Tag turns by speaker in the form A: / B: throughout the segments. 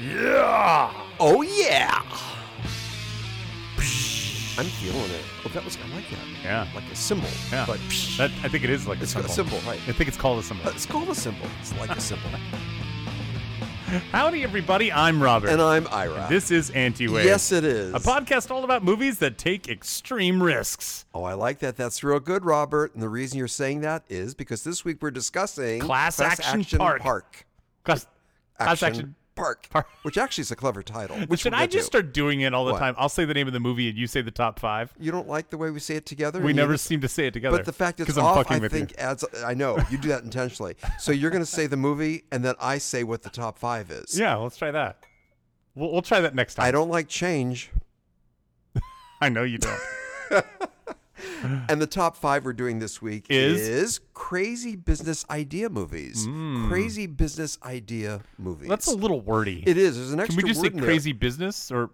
A: Yeah!
B: Oh yeah! I'm feeling it. Oh, that was I like that.
A: Yeah.
B: Like a symbol.
A: Yeah.
B: But
A: That, I think it is like a
B: It's got a
A: symbol.
B: symbol, right. Uh,
A: I think it's called a symbol.
B: it's called a symbol. It's like a symbol.
A: Howdy, everybody. I'm Robert.
B: and I'm Ira.
A: this is Anti Wave.
B: yes, it is.
A: A podcast all about movies that take extreme risks.
B: oh, I like that. That's real good, Robert. And the reason you're saying that is because this week we're discussing
A: Class Action Park. Class, class action.
B: Park,
A: Park.
B: which actually is a clever title. Which
A: Should
B: we'll
A: I
B: get to.
A: just start doing it all the
B: What?
A: time? I'll say the name of the movie and you say the top five.
B: You don't like the way we say it together.
A: We
B: You
A: never
B: just-
A: seem to say it together.
B: But the fact it's
A: because I'm
B: off,
A: fucking
B: I
A: with
B: think
A: you.
B: adds. I know you do that intentionally. So you're going to say the movie, and then I say what the top five is.
A: Yeah, let's try that. We'll, we'll try that next time.
B: I don't like change.
A: I know you don't.
B: And the top five we're doing this week
A: Is?
B: crazy business idea movies. Crazy business idea movies.
A: Hmm. That's a little wordy.
B: it is. There's an
A: Can
B: extra
A: we just say
B: word
A: crazy business or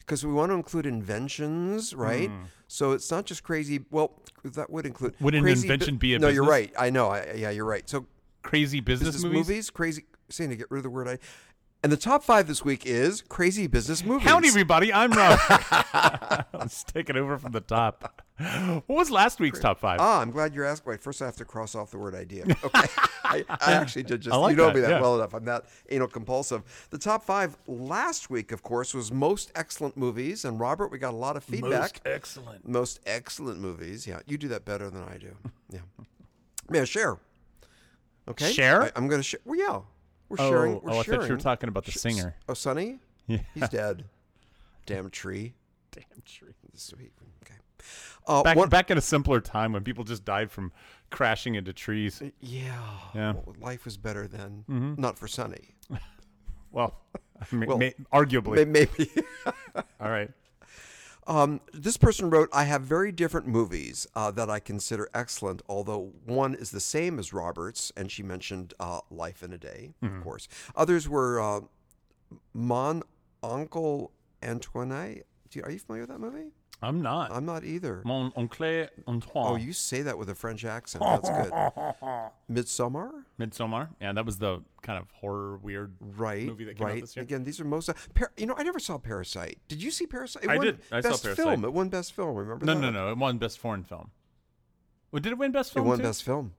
B: because we want to include inventions, right? So it's not just crazy. Well, that would include.
A: Hmm. Would an
B: crazy
A: invention be a
B: No, you're
A: business?
B: right. I know. I, yeah, you're right. So
A: crazy business,
B: business
A: movies?
B: movies? crazy. Saying to get rid of the word I. And the top five this week is crazy business movies.
A: Howdy, everybody. I'm Rob. Let's take it over from the top. What was last week's top five?
B: Ah, I'm glad you're asking. Wait, first I have to cross off the word idea. Okay. I, I actually did just,
A: I like
B: you know
A: that,
B: me that
A: yeah.
B: well enough. I'm not anal compulsive. The top five last week, of course, was most excellent movies. And Robert, we got a lot of feedback.
A: excellent.
B: Most excellent movies. Yeah, you do that better than I do. Yeah. Yeah, share. Okay.
A: Share?
B: I, am going to share. Well, yeah. We're
A: Oh,
B: sharing. We're
A: oh, I
B: sharing.
A: thought you were talking about the singer.
B: Oh, Sonny?
A: Yeah.
B: He's dead. Damn tree.
A: Damn tree.
B: Sweet. Okay. Uh,
A: Back,
B: one-
A: back in a simpler time when people just died from crashing into trees.
B: Yeah.
A: Yeah. Mm-hmm.
B: Well, life was better then. Not for Sonny.
A: Well, I mean,
B: Well,
A: may- arguably.
B: May- Maybe.
A: All right.
B: um, this person wrote I have very different movies uh, that I consider excellent, although one is the same as Robert's, and she mentioned uh, Life in a Day,
A: Mm-hmm.
B: of course. Others were uh, Mon Uncle Antoine. Do you- Are you familiar with that movie?
A: I'm not.
B: I'm not either.
A: Mon oncle Antoine.
B: Uh, Oh, you say that with a French accent. That's good. Midsommar?
A: Midsommar. Yeah, that was the kind of horror, weird.
B: Right.
A: movie that came out
B: right.
A: this year?
B: Again, these are most. Par- you know, I never saw Parasite. Did you see Parasite? It
A: I
B: won
A: did. I saw
B: best
A: Parasite.
B: film. It won best film. Remember
A: No,
B: that?
A: no, no. It won best foreign film. Well, did it win best film?
B: it won
A: too?
B: best film.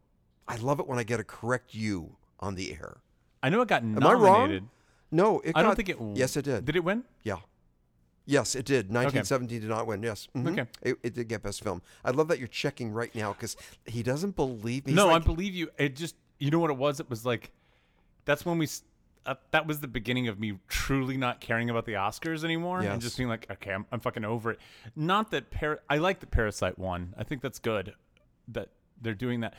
B: I love it when I get a correct you on the air.
A: I know it got
B: Am I wrong?
A: nominated.
B: No, it.
A: I don't
B: got-
A: think it. w-
B: Yes, it did.
A: Did it win?
B: Yeah. Yes, it did. 1917 did not win. Yes. Mhm.
A: Okay.
B: It, it did get best film. I love that you're checking right now because he doesn't believe me. He's
A: no,
B: like,
A: I believe you. It just you know what it was. It was like that's when we. s- Uh, that was the beginning of me truly not caring about the Oscars anymore and
B: Yes.
A: just being like, okay, I'm, I'm fucking over it. Not that Par- I like that Parasite won. I think that's good that they're doing that.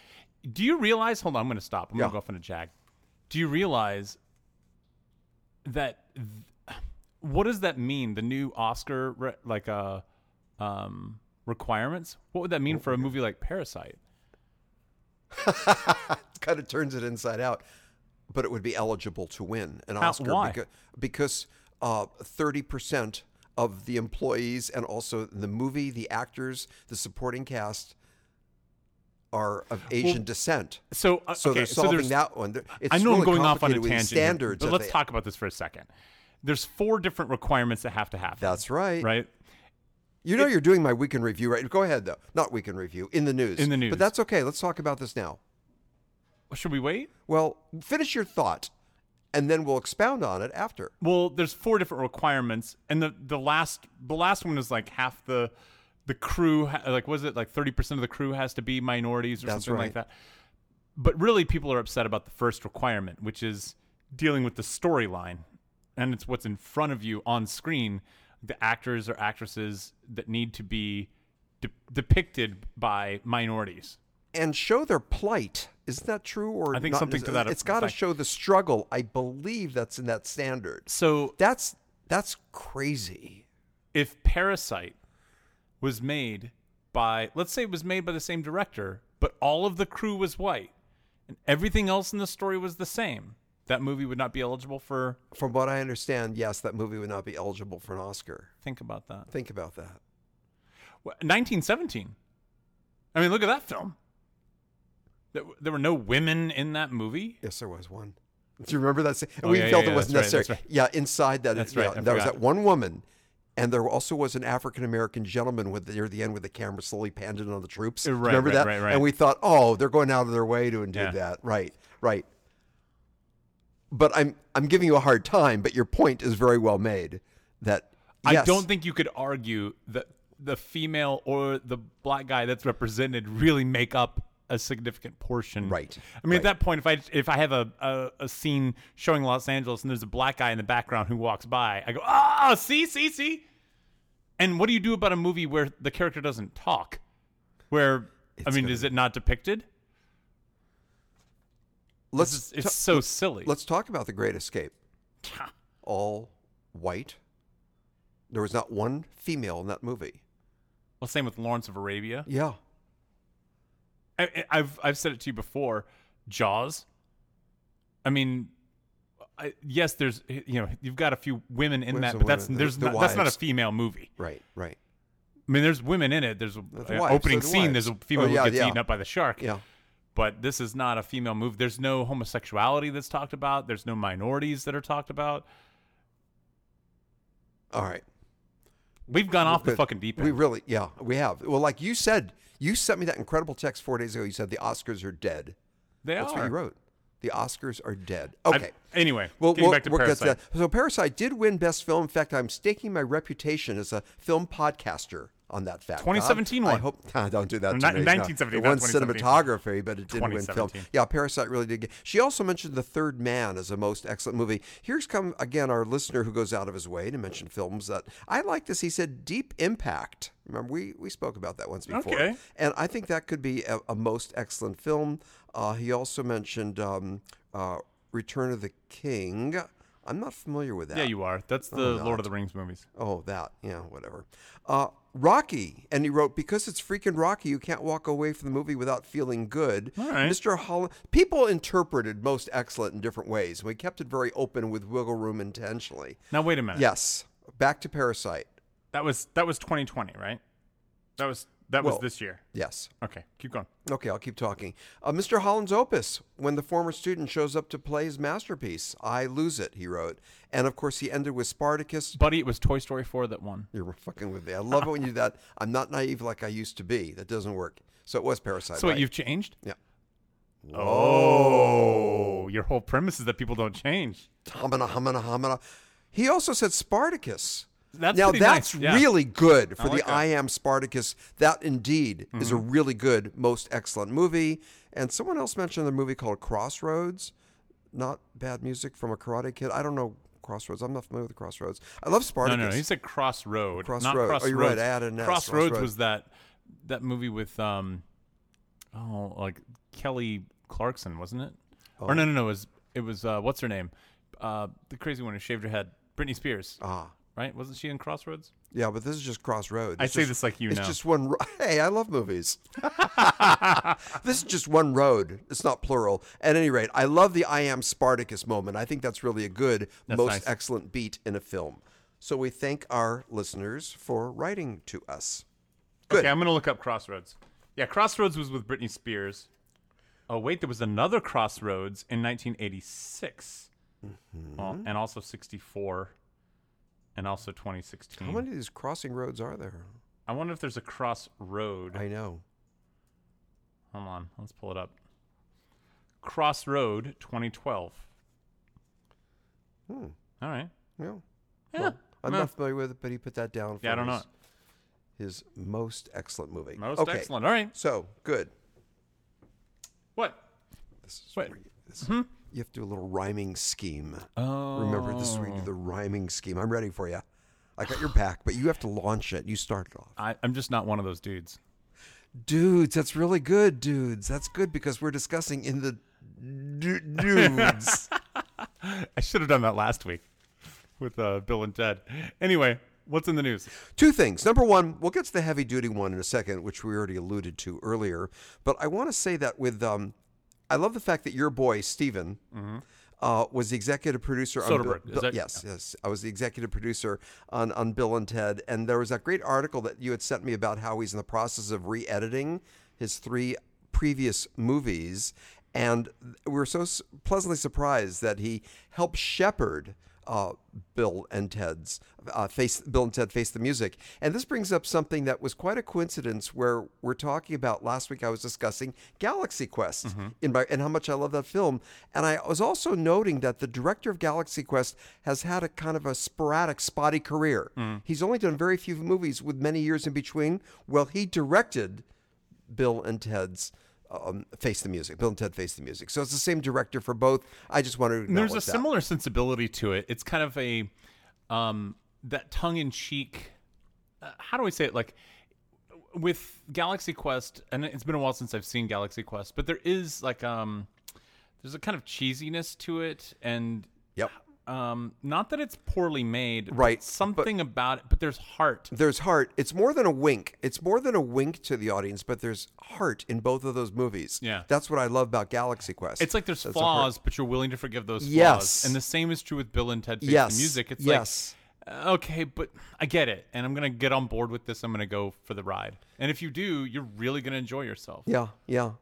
A: Do you realize? Hold on, I'm going to stop. I'm going
B: Yeah.
A: to go off on a jag. Do you realize that? Th- what does that mean? The new Oscar re- like uh, um, requirements. What would that mean for a movie like Parasite?
B: kind of turns it inside out. But it would be eligible to win an
A: How-
B: Oscar
A: why?
B: becau- because uh, thirty percent of the employees and also the movie, the actors, the supporting cast are of Asian descent.
A: So, uh,
B: So
A: okay,
B: they're
A: so
B: solving
A: there's-
B: that one. They're- It's
A: I know I'm
B: really
A: going off on a
B: complicated with these
A: tangent, here,
B: standards.
A: but
B: that
A: let's
B: they-
A: talk about this for a second. There's four different requirements that have to happen.
B: That's right.
A: right.
B: You know, you're doing my weekend review, right? Go ahead though. Not weekend review in the news.
A: In the news.
B: But that's okay. Let's talk about this now.
A: Should we wait?
B: Well, finish your thought, and then we'll expound on it after.
A: Well, there's four different requirements, and the the last the last one is like half the the crew. Ha- like, was it like 30 percent of the crew has to be minorities or
B: That's
A: something like
B: right.
A: that? But really, people are upset about the first requirement, which is dealing with the storyline, and it's what's in front of you on screen. The actors or actresses that need to be de- depicted by minorities.
B: and show their plight. Isn't that true? Or
A: I think
B: not?
A: something to that
B: It's got to
A: effect.
B: show the struggle. I believe that's in that standard.
A: So
B: That's that's crazy.
A: if Parasite was made by, let's say it was made by the same director, but all of the crew was white and everything else in the story was the same, that movie would not be eligible for.
B: From what I understand, yes, that movie would not be eligible for an Oscar.
A: Think about that.
B: Think about that.
A: Wha- 1917. I mean, look at that film. There, there were no women in that movie.
B: Yes, there was one. Do you remember that? Scene? And
A: Oh,
B: we
A: yeah,
B: felt
A: yeah,
B: it
A: yeah,
B: wasn't
A: that's right,
B: necessary. Yeah, inside that.
A: That's
B: yeah,
A: right, I
B: There was
A: forgot.
B: that one woman, and there also was an African American gentleman with near the end with the camera slowly panned in on the troops.
A: Uh, right,
B: remember
A: right,
B: that?
A: right, right.
B: And we thought, oh, they're going out of their way to undo
A: Yeah.
B: that. Right, right. But I'm I'm giving you a hard time. But your point is very well made. That
A: I
B: yes,
A: don't think you could argue that the female or the black guy that's represented really make up a significant portion.
B: Right.
A: I mean, at that point, if I if I have a, a a scene showing Los Angeles and there's a black guy in the background who walks by, I go, ah, see, see, see. And what do you do about a movie where the character doesn't talk? Where I
B: It's
A: mean,
B: gonna
A: is it not depicted?
B: let's
A: It's, it's so silly.
B: Let's talk about the Great Escape. All white. There was not one female in that movie.
A: Well, same with Lawrence of Arabia.
B: Yeah.
A: I, I- I've I've said it to you before. Jaws. I mean, I, yes, there's you know you've got a few women in
B: Where's
A: that,
B: the
A: but that's
B: women? The-
A: there's
B: the
A: not, that's not a
B: wives.
A: female movie.
B: Right. Right.
A: I mean, there's women in it. There's an
B: The wives,
A: opening
B: the
A: scene.
B: wives.
A: There's a female
B: Oh, yeah,
A: who gets
B: yeah.
A: eaten up by the shark.
B: Yeah.
A: But this is not a female movie. There's no homosexuality that's talked about. There's no minorities that are talked about.
B: All right.
A: We've gone off the
B: But
A: fucking deep end.
B: We really, yeah, we have. Well, like you said, you sent me that incredible text four days ago. You said the Oscars are dead.
A: they
B: That's
A: are.
B: what you wrote. The Oscars are dead.
A: I-
B: Okay.
A: anyway,
B: Well,
A: getting
B: we'll-
A: back to
B: we'll get
A: Parasite.
B: to that. So Parasite did win Best Film. In fact, I'm staking my reputation as a film podcaster on that fact. Bob.
A: 2017
B: I
A: won.
B: hope ah, don't do that.
A: No,
B: to
A: not-
B: me.
A: 1917,
B: It won
A: not 2017.
B: cinematography, but it didn't win film.
A: 2017.
B: Yeah, Parasite really did. Get, she also mentioned The Third Man as a most excellent movie. Here's come again our listener who goes out of his way to mention films that I like. This he said, Deep Impact. Remember we we spoke about that once before.
A: Okay.
B: And I think that could be a, a most excellent film. Uh, he also mentioned um, uh, Return of the King. I'm not familiar with that.
A: Yeah, you are. That's the Lord of the Rings movies.
B: Oh, that. Yeah, whatever. Uh, Rocky. And he wrote, because it's freaking Rocky, you can't walk away from the movie without feeling good.
A: All right.
B: Mr. Holland. People interpreted most excellent in different ways. We kept it very open with wiggle room intentionally.
A: Now wait a minute.
B: Yes. Back to Parasite.
A: That was that was 2020, right? That was that was
B: Well-
A: this year.
B: Yes.
A: Okay, keep going.
B: Okay, I'll keep talking. Uh, Mr. Holland's opus, when the former student shows up to play his masterpiece, I lose it, he wrote. And of course, he ended with Spartacus.
A: Buddy, it was Toy Story 4 that won.
B: You're fucking with me. I love it when you do that. I'm not naive like I used to be. That doesn't work. So it was Parasite.
A: So what,
B: right?
A: you've changed?
B: Yeah.
A: Oh, your whole premise is that people don't change.
B: Hamana, hamana, hamana. He also said Spartacus.
A: That's
B: now
A: pretty
B: that's
A: nice, yeah.
B: really good for
A: like
B: the
A: that. Mm-hmm.
B: I Am Spartacus. That indeed is a really good, most excellent movie. And someone else mentioned a movie called Crossroads. Not bad music from a Karate Kid. I don't know Crossroads. I'm not familiar with Crossroads. I love
A: No,
B: Spartacus.
A: no, no. He said Crossroad, not
B: Crossroad.
A: Crossroads.
B: Oh, you're right, I added an S,
A: Crossroads
B: Crossroad.
A: was that that movie with um oh, like Kelly Clarkson, wasn't it?
B: Oh.
A: Or no, no, no, it was it was uh what's her name? Uh the crazy one who shaved her head. Britney Spears,
B: Ah,
A: right? Wasn't she in Crossroads?
B: yeah, but this is just Crossroads.
A: I
B: It's
A: say
B: just-
A: this like you
B: It's
A: know.
B: just one. Ro- hey, I love movies. this is just one road. It's not plural. At any rate, I love the I am Spartacus moment. I think that's really a good, most
A: nice.
B: excellent beat in a film. So we thank our listeners for writing to us. Good.
A: Okay, I'm gonna look up Crossroads. Yeah, Crossroads was with Britney Spears. Oh wait, there was another Crossroads in 1986,
B: Mm-hmm.
A: Uh, and also 64, and also
B: How
A: 2016.
B: many of these crossing roads are there?
A: I wonder if there's a Crossroad.
B: I know.
A: Hold on, let's pull it up. Crossroad 2012.
B: Hmm.
A: All right.
B: Yeah.
A: Yeah.
B: Well, I'm
A: Meh.
B: not familiar with it, but he put that down for
A: Yeah, I don't know.
B: his, his most excellent movie.
A: Most
B: okay.
A: excellent. All right.
B: So good.
A: What?
B: This is
A: Wait.
B: where you- this is- You have to do a little rhyming scheme.
A: Oh.
B: Remember, this is where you do the rhyming scheme. I'm ready for you. I got your back, but you have to launch it. You start it off.
A: I, I'm just not one of those dudes.
B: Dudes, that's really good, dudes. That's good because we're discussing in the du- dudes.
A: I should have done that last week with uh, Bill and Ted. Anyway, what's in the news?
B: Two things. Number one, we'll get to the heavy duty one in a second, which we already alluded to earlier. But I want to say that with, um, I love the fact that your boy, Steven, uh, was the executive producer on
A: Soderbergh,
B: Bill,
A: is
B: Bill-
A: that-
B: yes, yes. I was the executive producer on, on Bill and Ted. And there was that great article that you had sent me about how he's in the process of re editing his three previous movies. And we were so s- pleasantly surprised that he helped shepherd uh, Bill and Ted's uh, face Bill and Ted face the music. And this brings up something that was quite a coincidence where we're talking about last week I was discussing Galaxy Quest
A: Mm-hmm.
B: in my and how much I love that film. And I was also noting that the director of Galaxy Quest has had a kind of a sporadic spotty career.
A: Mm.
B: He's only done very few movies with many years in between. Well, he directed Bill and Ted's um, Face the Music. Bill and Ted Face the Music. So it's the same director for both. I just wanted to
A: And there's a
B: acknowledge that.
A: similar sensibility to it. It's kind of a um, that tongue in cheek. Uh, how do I say it? Like with Galaxy Quest, and it's been a while since I've seen Galaxy Quest, but there is like um, there's a kind of cheesiness to it, and
B: Yep.
A: um, not that it's poorly made, but
B: Right, but-
A: Something about it, but there's heart.
B: There's heart. It's more than a wink. It's more than a wink to the audience, but there's heart in both of those movies.
A: Yeah.
B: That's what I love about Galaxy Quest.
A: It's like there's
B: That's a heart-
A: flaws, but you're willing to forgive those flaws.
B: Yes.
A: And the same is true with Bill and Ted Face
B: Yes.
A: the Music. It's
B: yes.
A: like, uh, okay, but I get it. And I'm going to get on board with this. I'm going to go for the ride. And if you do, you're really going to enjoy yourself.
B: Yeah. Yeah.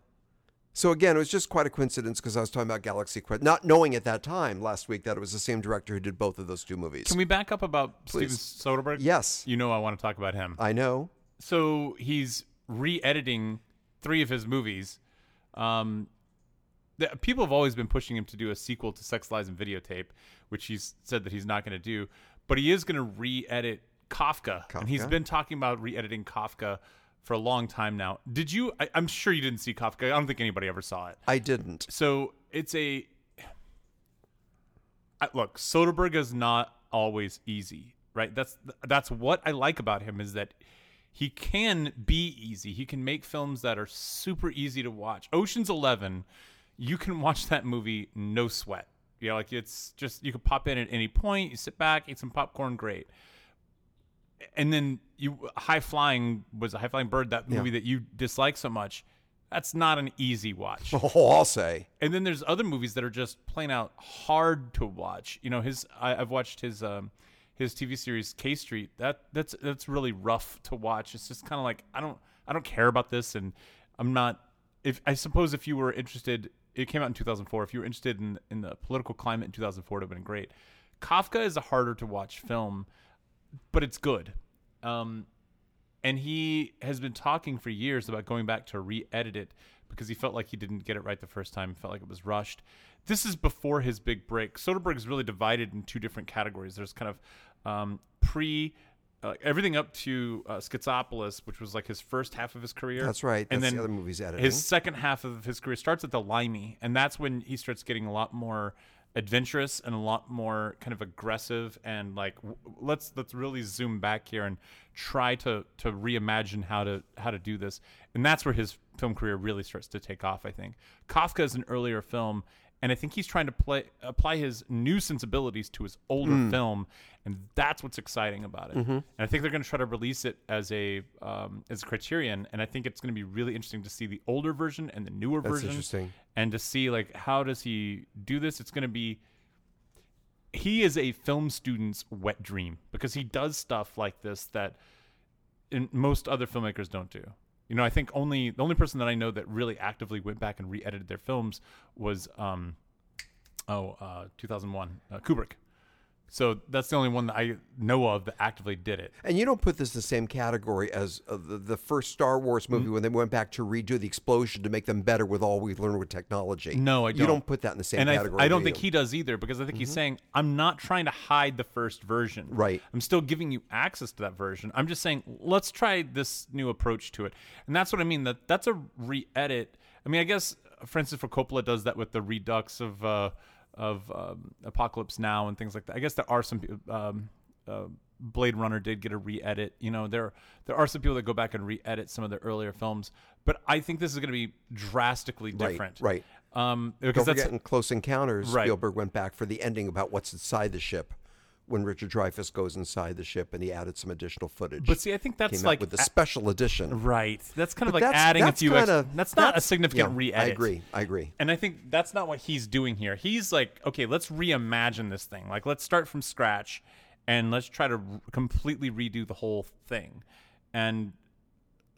B: So again, it was just quite a coincidence because I was talking about Galaxy Quest, not knowing at that time last week that it was the same director who did both of those two movies.
A: Can we back up about Steven Soderbergh?
B: yes.
A: You know I want to talk about him.
B: I know.
A: so he's re-editing three of his movies. Um, the, people have always been pushing him to do a sequel to Sex, Lies, and Videotape, which he's said that he's not going to do, but he is going to re-edit Kafka, and he's
B: Kafka?
A: been talking about re-editing Kafka for a long time now. Did you? I, I'm sure you didn't see Kafka. I don't think anybody ever saw it.
B: I didn't.
A: So it's a I, look. Soderbergh is not always easy, right? That's that's what I like about him is that he can be easy. He can make films that are super easy to watch. Ocean's Eleven, you can watch that movie no sweat. You know, like it's just you can pop in at any point. You sit back, eat some popcorn, great. And then you High Flying was a High Flying Bird that movie that you dislike so much. That's not an easy watch.
B: Oh, I'll say.
A: And then there's other movies that are just plain out hard to watch. You know, his I, I've watched his um his TV series K Street. That that's that's really rough to watch. It's just kind of like I don't I don't care about this, and I'm not. If I suppose if you were interested, it came out in 2004. If you were interested in in the political climate in 2004, it would have been great. Kafka is a harder to watch film, but it's good. Um, and he has been talking for years about going back to re-edit it because he felt like he didn't get it right the first time. He felt like it was rushed. This is before his big break. Soderbergh is really divided in two different categories. There's kind of um, pre. Uh, everything up to uh, Schizopolis, which was like his first half of his career.
B: That's right.
A: and
B: That's
A: then
B: the other movie's editing.
A: his second half of his career starts at the Limey, and that's when he starts getting a lot more adventurous and a lot more kind of aggressive and like w- let's let's really zoom back here and try to to reimagine how to how to do this and that's where his film career really starts to take off i think kafka is an earlier film and i think he's trying to play apply his new sensibilities to his older film and that's what's exciting about it and i think they're going to try to release it as a um, as a criterion and i think it's going to be really interesting to see the older version and the newer version
B: interesting.
A: and to see like how does he do this it's going to be he is a film student's wet dream because he does stuff like this that in, most other filmmakers don't do. You know, I think only the only person that I know that really actively went back and re-edited their films was um oh uh 2001 uh, Kubrick. So that's the only one that I know of that actively did it.
B: And you don't put this in the same category as uh, the, the first Star Wars movie
A: Mm-hmm.
B: when they went back to redo the explosion to make them better with all we learned with technology.
A: No, I
B: You
A: don't.
B: don't put that in the same
A: and I,
B: category.
A: I don't
B: do
A: think
B: you? Mm-hmm.
A: he does either because I think he's saying I'm not trying to hide the first version.
B: Right.
A: I'm still giving you access to that version. I'm just saying let's try this new approach to it, and that's what I mean. That that's a re-edit. I mean, I guess Francis Ford Coppola does that with the redux of uh, of um, Apocalypse Now and things like that. I guess there are some. peo- Um, uh, Blade Runner did get a re-edit. You know, there there are some people that go back and re-edit some of the earlier films, but I think this is going to be drastically different.
B: right.
A: Um, because
B: Don't
A: that's
B: forget in Close Encounters,
A: Right.
B: Spielberg went back for the ending about what's inside the ship when Richard Dreyfuss goes inside the ship and he added some additional footage.
A: But see, I think that's
B: came
A: like
B: out with the
A: a-
B: special edition.
A: right. That's kind of
B: But
A: like
B: that's-
A: adding
B: that's
A: a few.
B: kinda-
A: ex- that's not a significant
B: Yeah,
A: re-edit.
B: I agree. I agree.
A: And I think that's not what he's doing here. He's like, okay, let's reimagine this thing. Like, let's start from scratch, and let's try to r- completely redo the whole thing. And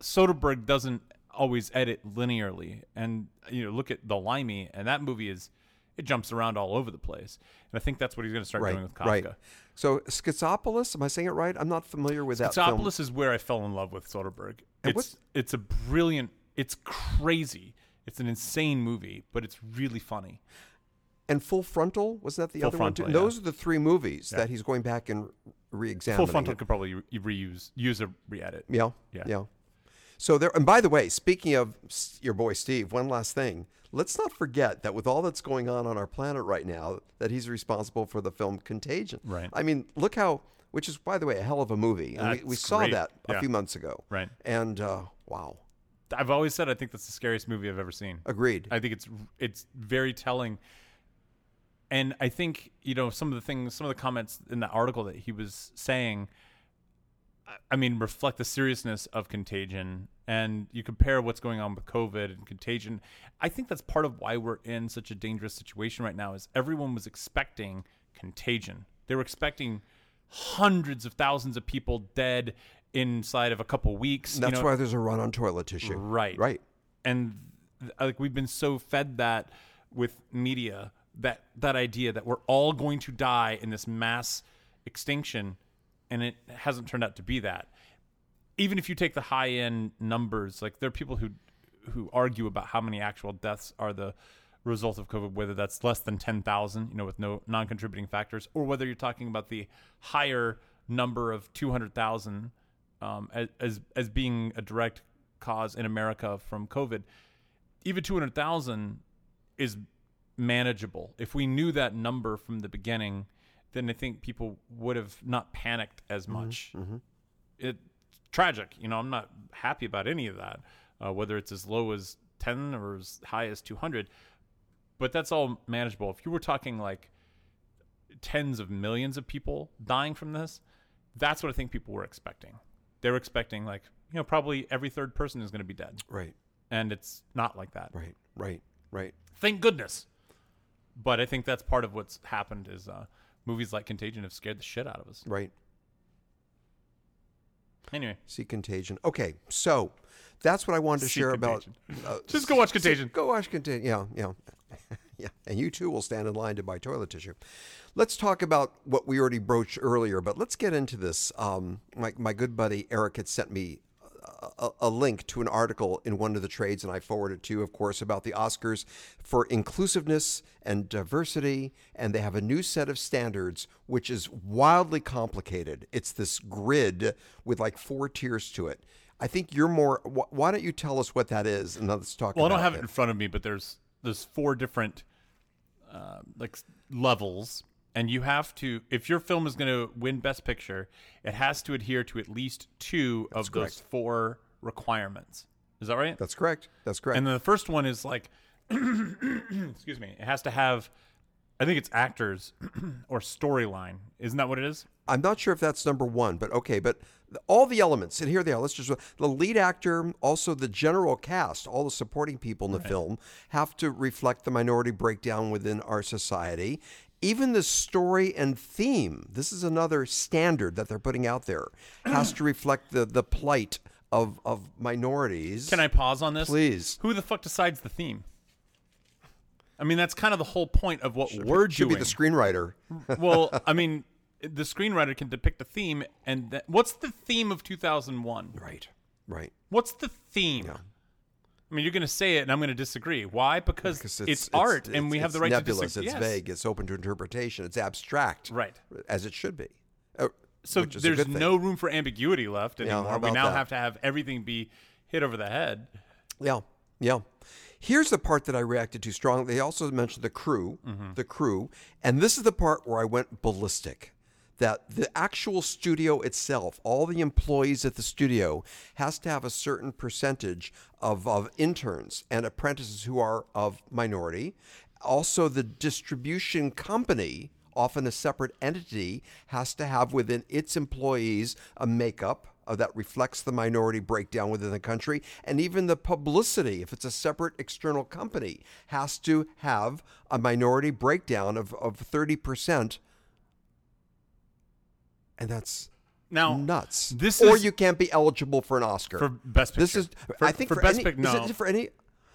A: Soderbergh doesn't always edit linearly. And you know, look at the Limey, and that movie is it jumps around all over the place. And I think that's what he's going to start
B: Right.
A: doing with Kafka.
B: Right. So Schizopolis, am I saying it right? I'm not familiar with that film.
A: Schizopolis is where I fell in love with Soderbergh.
B: And
A: It's it's a brilliant, it's crazy, it's an insane movie, but it's really funny.
B: And Full Frontal, was that the
A: Full
B: other
A: Frontal,
B: one?
A: yeah.
B: Too? Those are the three movies that he's going back and re-examining.
A: Full Frontal could probably re- reuse use a re-edit.
B: Yeah.
A: Yeah.
B: So there, and by the way, speaking of s- your boy Steve, one last thing. Let's not forget that with all that's going on on our planet right now, that he's responsible for the film Contagion.
A: Right.
B: I mean, look how, which is, by the way, a hell of a movie. And we, we
A: That's
B: saw
A: great.
B: that a
A: Yeah.
B: few months ago.
A: Right.
B: And uh, wow,
A: I've always said I think that's the scariest movie I've ever seen.
B: agreed.
A: I think it's it's very telling. And I think you know some of the things, some of the comments in the article that he was saying. I- I mean, reflect the seriousness of contagion, and you compare what's going on with COVID and contagion. I think that's part of why we're in such a dangerous situation right now. Is everyone was expecting contagion? They were expecting hundreds of thousands of people dead inside of a couple weeks. you
B: that's
A: know?
B: why there's a run on toilet tissue.
A: Right.
B: Right.
A: and th- uh, like we've been so fed that with media that that idea that we're all going to die in this mass extinction and it hasn't turned out to be that even if you take the high end numbers like there are people who who argue about how many actual deaths are the result of covid whether that's less than 10,000 you know with no non contributing factors or whether you're talking about the higher number of 200,000 um, as, as as being a direct cause in America from COVID, even two hundred thousand is manageable. If we knew that number from the beginning, then I think people would have not panicked as much. It's tragic, you know. I'm not happy about any of that, uh, whether it's as low as ten or as high as two hundred. But that's all manageable. If you were talking like tens of millions of people dying from this, that's what I think people were expecting. They were expecting like you know probably every third person is going to be dead,
B: Right.
A: and it's not like that.
B: Right. Right. Right.
A: Thank goodness. But I think that's part of what's happened is uh, movies like Contagion have scared the shit out of us.
B: Right.
A: Anyway,
B: See Contagion. Okay, so that's what I wanted to
A: See
B: share
A: Contagion.
B: about. Uh,
A: Just go watch
B: see-
A: Contagion.
B: go watch Contagion. Yeah, yeah, yeah. And you too will stand in line to buy toilet tissue. Let's talk about what we already broached earlier, but let's get into this. Um, my my good buddy Eric had sent me. a- A, a link to an article in one of the trades, and I forwarded it to, you, of course, about the Oscars for inclusiveness and diversity, and they have a new set of standards, which is wildly complicated. It's this grid with like four tiers to it. I think you're more. Wh- why don't you tell us what that is, and let's talk.
A: well, I don't
B: about
A: have it in front of me, but there's there's four different uh, like s- levels, and you have to if your film is going to win Best Picture, it has to adhere to at least two of those four requirements. Is that right?
B: That's correct. That's correct.
A: And then the first one is like, excuse me, it has to have, I think it's actors or storyline. Isn't that what it is?
B: I'm not sure if that's number one, but okay. But th- all the elements, and here they are. Let's just the lead actor, also the general cast, all the supporting people in the film have to reflect the minority breakdown within our society. Even the story and theme. This is another standard that they're putting out there. Has to reflect the the plight of of minorities.
A: Can I pause on this?
B: Please.
A: Who the fuck decides the theme? I mean, that's kind of the whole point of what we're
B: Should be
A: doing.
B: the screenwriter.
A: well, I mean, the screenwriter can depict a theme, and th- what's the theme of 2001?
B: Right. Right.
A: What's the theme? I mean, you're going to say it, and I'm going to disagree. Why? Because,
B: Because
A: it's, art, and
B: it's-
A: we have
B: it's
A: the right
B: nebulous,
A: to disagree.
B: It's
A: Yes.
B: vague. It's open to interpretation. It's abstract.
A: Right.
B: As it should be. Uh,
A: So
B: which is a
A: there's
B: good thing.
A: no room for ambiguity left
B: how
A: anymore. we
B: about
A: now
B: that?
A: have to have everything be hit over the head.
B: Yeah, yeah. Here's the part that I reacted to strongly. They also mentioned the crew,
A: Mm-hmm.
B: the crew, and this is the part where I went ballistic. That the actual studio itself, all the employees at the studio, has to have a certain percentage of, of interns and apprentices who are of minority. Also, the distribution company, often a separate entity, has to have within its employees a makeup uh, that reflects the minority breakdown within the country. And even the publicity, if it's a separate external company, has to have a minority breakdown of, of 30%. And that's
A: Now,
B: nuts.
A: this
B: or
A: is-
B: you can't be eligible for an Oscar
A: For Best
B: This is
A: Picture. For-
B: I think
A: for
B: for,
A: Best
B: any,
A: Pic-
B: is
A: no.
B: it for any.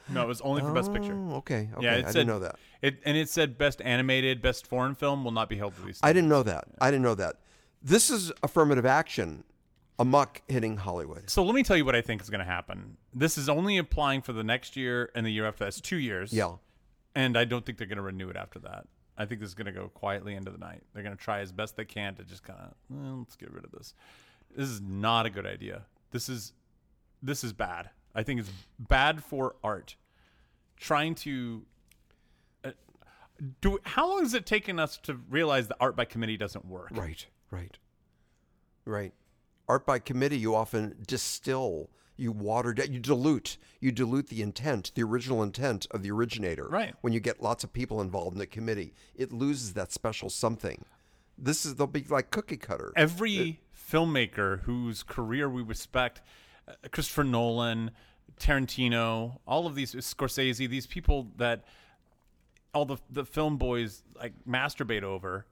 A: No, it was only for Best Picture.
B: Oh, okay, okay.
A: Yeah,
B: I
A: it
B: didn't
A: said,
B: know that.
A: It and it said Best Animated, Best Foreign Film will not be held to these.
B: I didn't know that. I didn't know that. This is affirmative action, amok hitting Hollywood.
A: So let me tell you what I think is going to happen. This is only applying for the next year and the year after. That's two years.
B: Yeah.
A: And I don't think they're going to renew it after that. I think this is going to go quietly into the night. They're going to try as best they can to just kind of let's get rid of this. This is not a good idea. This is this is bad. I think it's bad for art. Trying to uh, do. How long has it taken us to realize that art by committee doesn't work?
B: Right, right, right. Art by committee, you often distill, you water down, you dilute, you dilute the intent, the original intent of the originator.
A: Right.
B: When you get lots of people involved in the committee, it loses that special something. This is they'll be like cookie cutter.
A: every filmmaker whose career we respect, uh, Christopher Nolan, Tarantino, all of these Scorsese, these people that all the the film boys like masturbate over,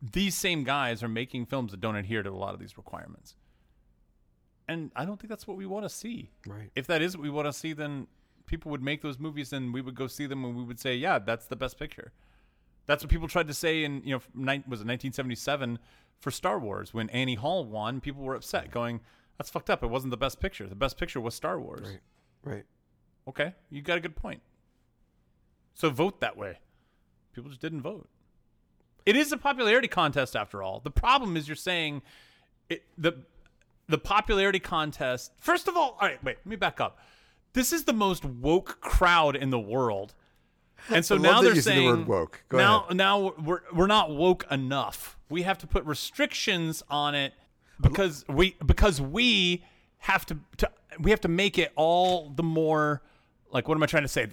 A: these same guys are making films that don't adhere to a lot of these requirements. And I don't think that's what we want to see.
B: Right.
A: If that is what we want to see, then people would make those movies and we would go see them and we would say, yeah, that's the best picture. That's what people tried to say in you know nine, was it 1977 for Star Wars when Annie Hall won. People were upset, going, "That's fucked up. It wasn't the best picture. The best picture was Star Wars."
B: Right. Right.
A: Okay, you got a good point. So vote that way. People just didn't vote. It is a popularity contest after all. The problem is you're saying it, the the popularity contest. First of all, all right, wait, let me back up. This is the most woke crowd in the world. And so
B: I love
A: now
B: that
A: they're
B: you're using the
A: saying
B: word woke. Go
A: now
B: ahead.
A: now we're we're not woke enough. We have to put restrictions on it because we because we have to, to we have to make it all the more like what am I trying to say?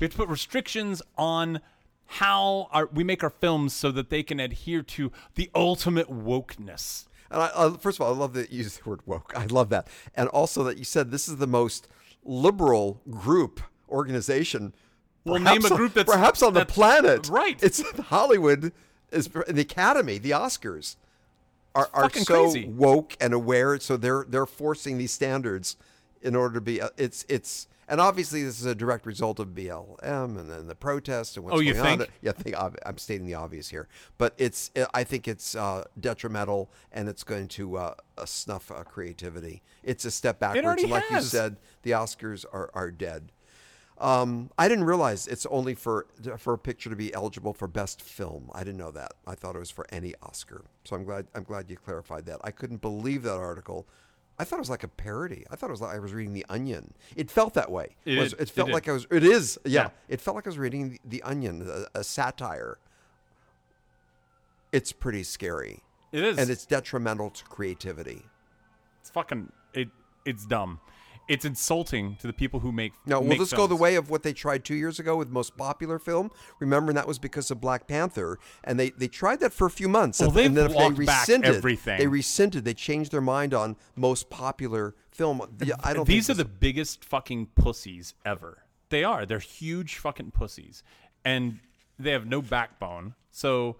A: We have to put restrictions on how our, we make our films so that they can adhere to the ultimate wokeness.
B: And I, I, first of all, I love that you used the word woke. I love that. And also that you said this is the most liberal group organization.
A: Well,
B: perhaps
A: name a
B: on-
A: group that's-
B: perhaps on the
A: that's-
B: planet.
A: right.
B: It's Hollywood, is the Academy, the Oscars are, are
A: fucking
B: so
A: crazy.
B: woke and aware. So they're they're forcing these standards in order to be. uh, It's it's and obviously this is a direct result of BLM and then the protest and what's
A: Oh,
B: going
A: you
B: on.
A: think?
B: Yeah, I think ob- I'm stating the obvious here, but it's I think it's uh, detrimental and it's going to uh, uh, snuff uh, creativity. It's a step backwards.
A: already
B: and like you
A: has.
B: said, the Oscars are are dead. Um, I didn't realize it's only for for a picture to be eligible for best film. I didn't know that. I thought it was for any Oscar. So I'm glad I'm glad you clarified that. I couldn't believe that article. I thought it was like a parody. I thought it was like I was reading The Onion. It felt that way.
A: It
B: was,
A: did.
B: it
A: It
B: felt
A: did.
B: like I was. It is. Yeah.
A: Yeah.
B: It felt like I was reading The, the Onion, a, a satire. It's pretty scary,
A: It is.
B: and it's detrimental to creativity.
A: It's fucking it. It's dumb. It's insulting to the people who make.
B: No, will
A: make
B: this go the
A: films.
B: way of what they tried two years ago with most popular film? Remember, and that was because of Black Panther, and they, they tried that for a few months.
A: Well,
B: and, and
A: they've
B: then if
A: walked
B: they
A: back
B: rescinded,
A: everything.
B: They rescinded. They changed their mind on most popular film. The- I don't.
A: These are
B: think
A: the biggest fucking pussies ever. They are. They're huge fucking pussies, and they have no backbone. So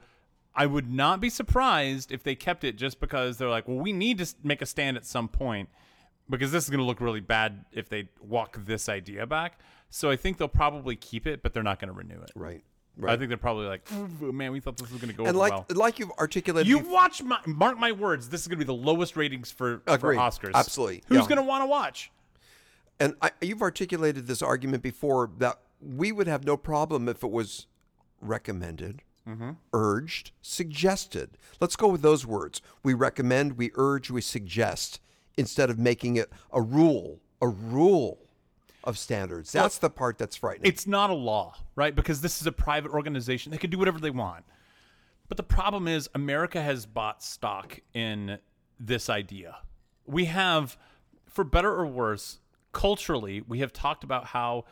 A: I would not be surprised if they kept it just because they're like, well, we need to s- make a stand at some point because this is going to look really bad if they walk this idea back. So I think they'll probably keep it, but they're not going to renew it.
B: right. Right.
A: I think they're probably like, "Ooh, man, we thought this was going to go
B: and
A: over
B: like
A: well.
B: like you've articulated,
A: You
B: bef-
A: watch my mark my words. This is going to be the lowest ratings for, for
B: Agreed.
A: Oscars.
B: Absolutely.
A: Who's
B: Yeah.
A: going to want to watch?
B: and I, you've articulated this argument before that we would have no problem if it was recommended, urged, suggested. Let's go with those words. We recommend, we urge, we suggest, instead of making it a rule, a rule of standards. That's the part that's frightening.
A: It's not a law, right? Because this is a private organization. They can do whatever they want. But the problem is, America has bought stock in this idea. We have, for better or worse, culturally, we have talked about how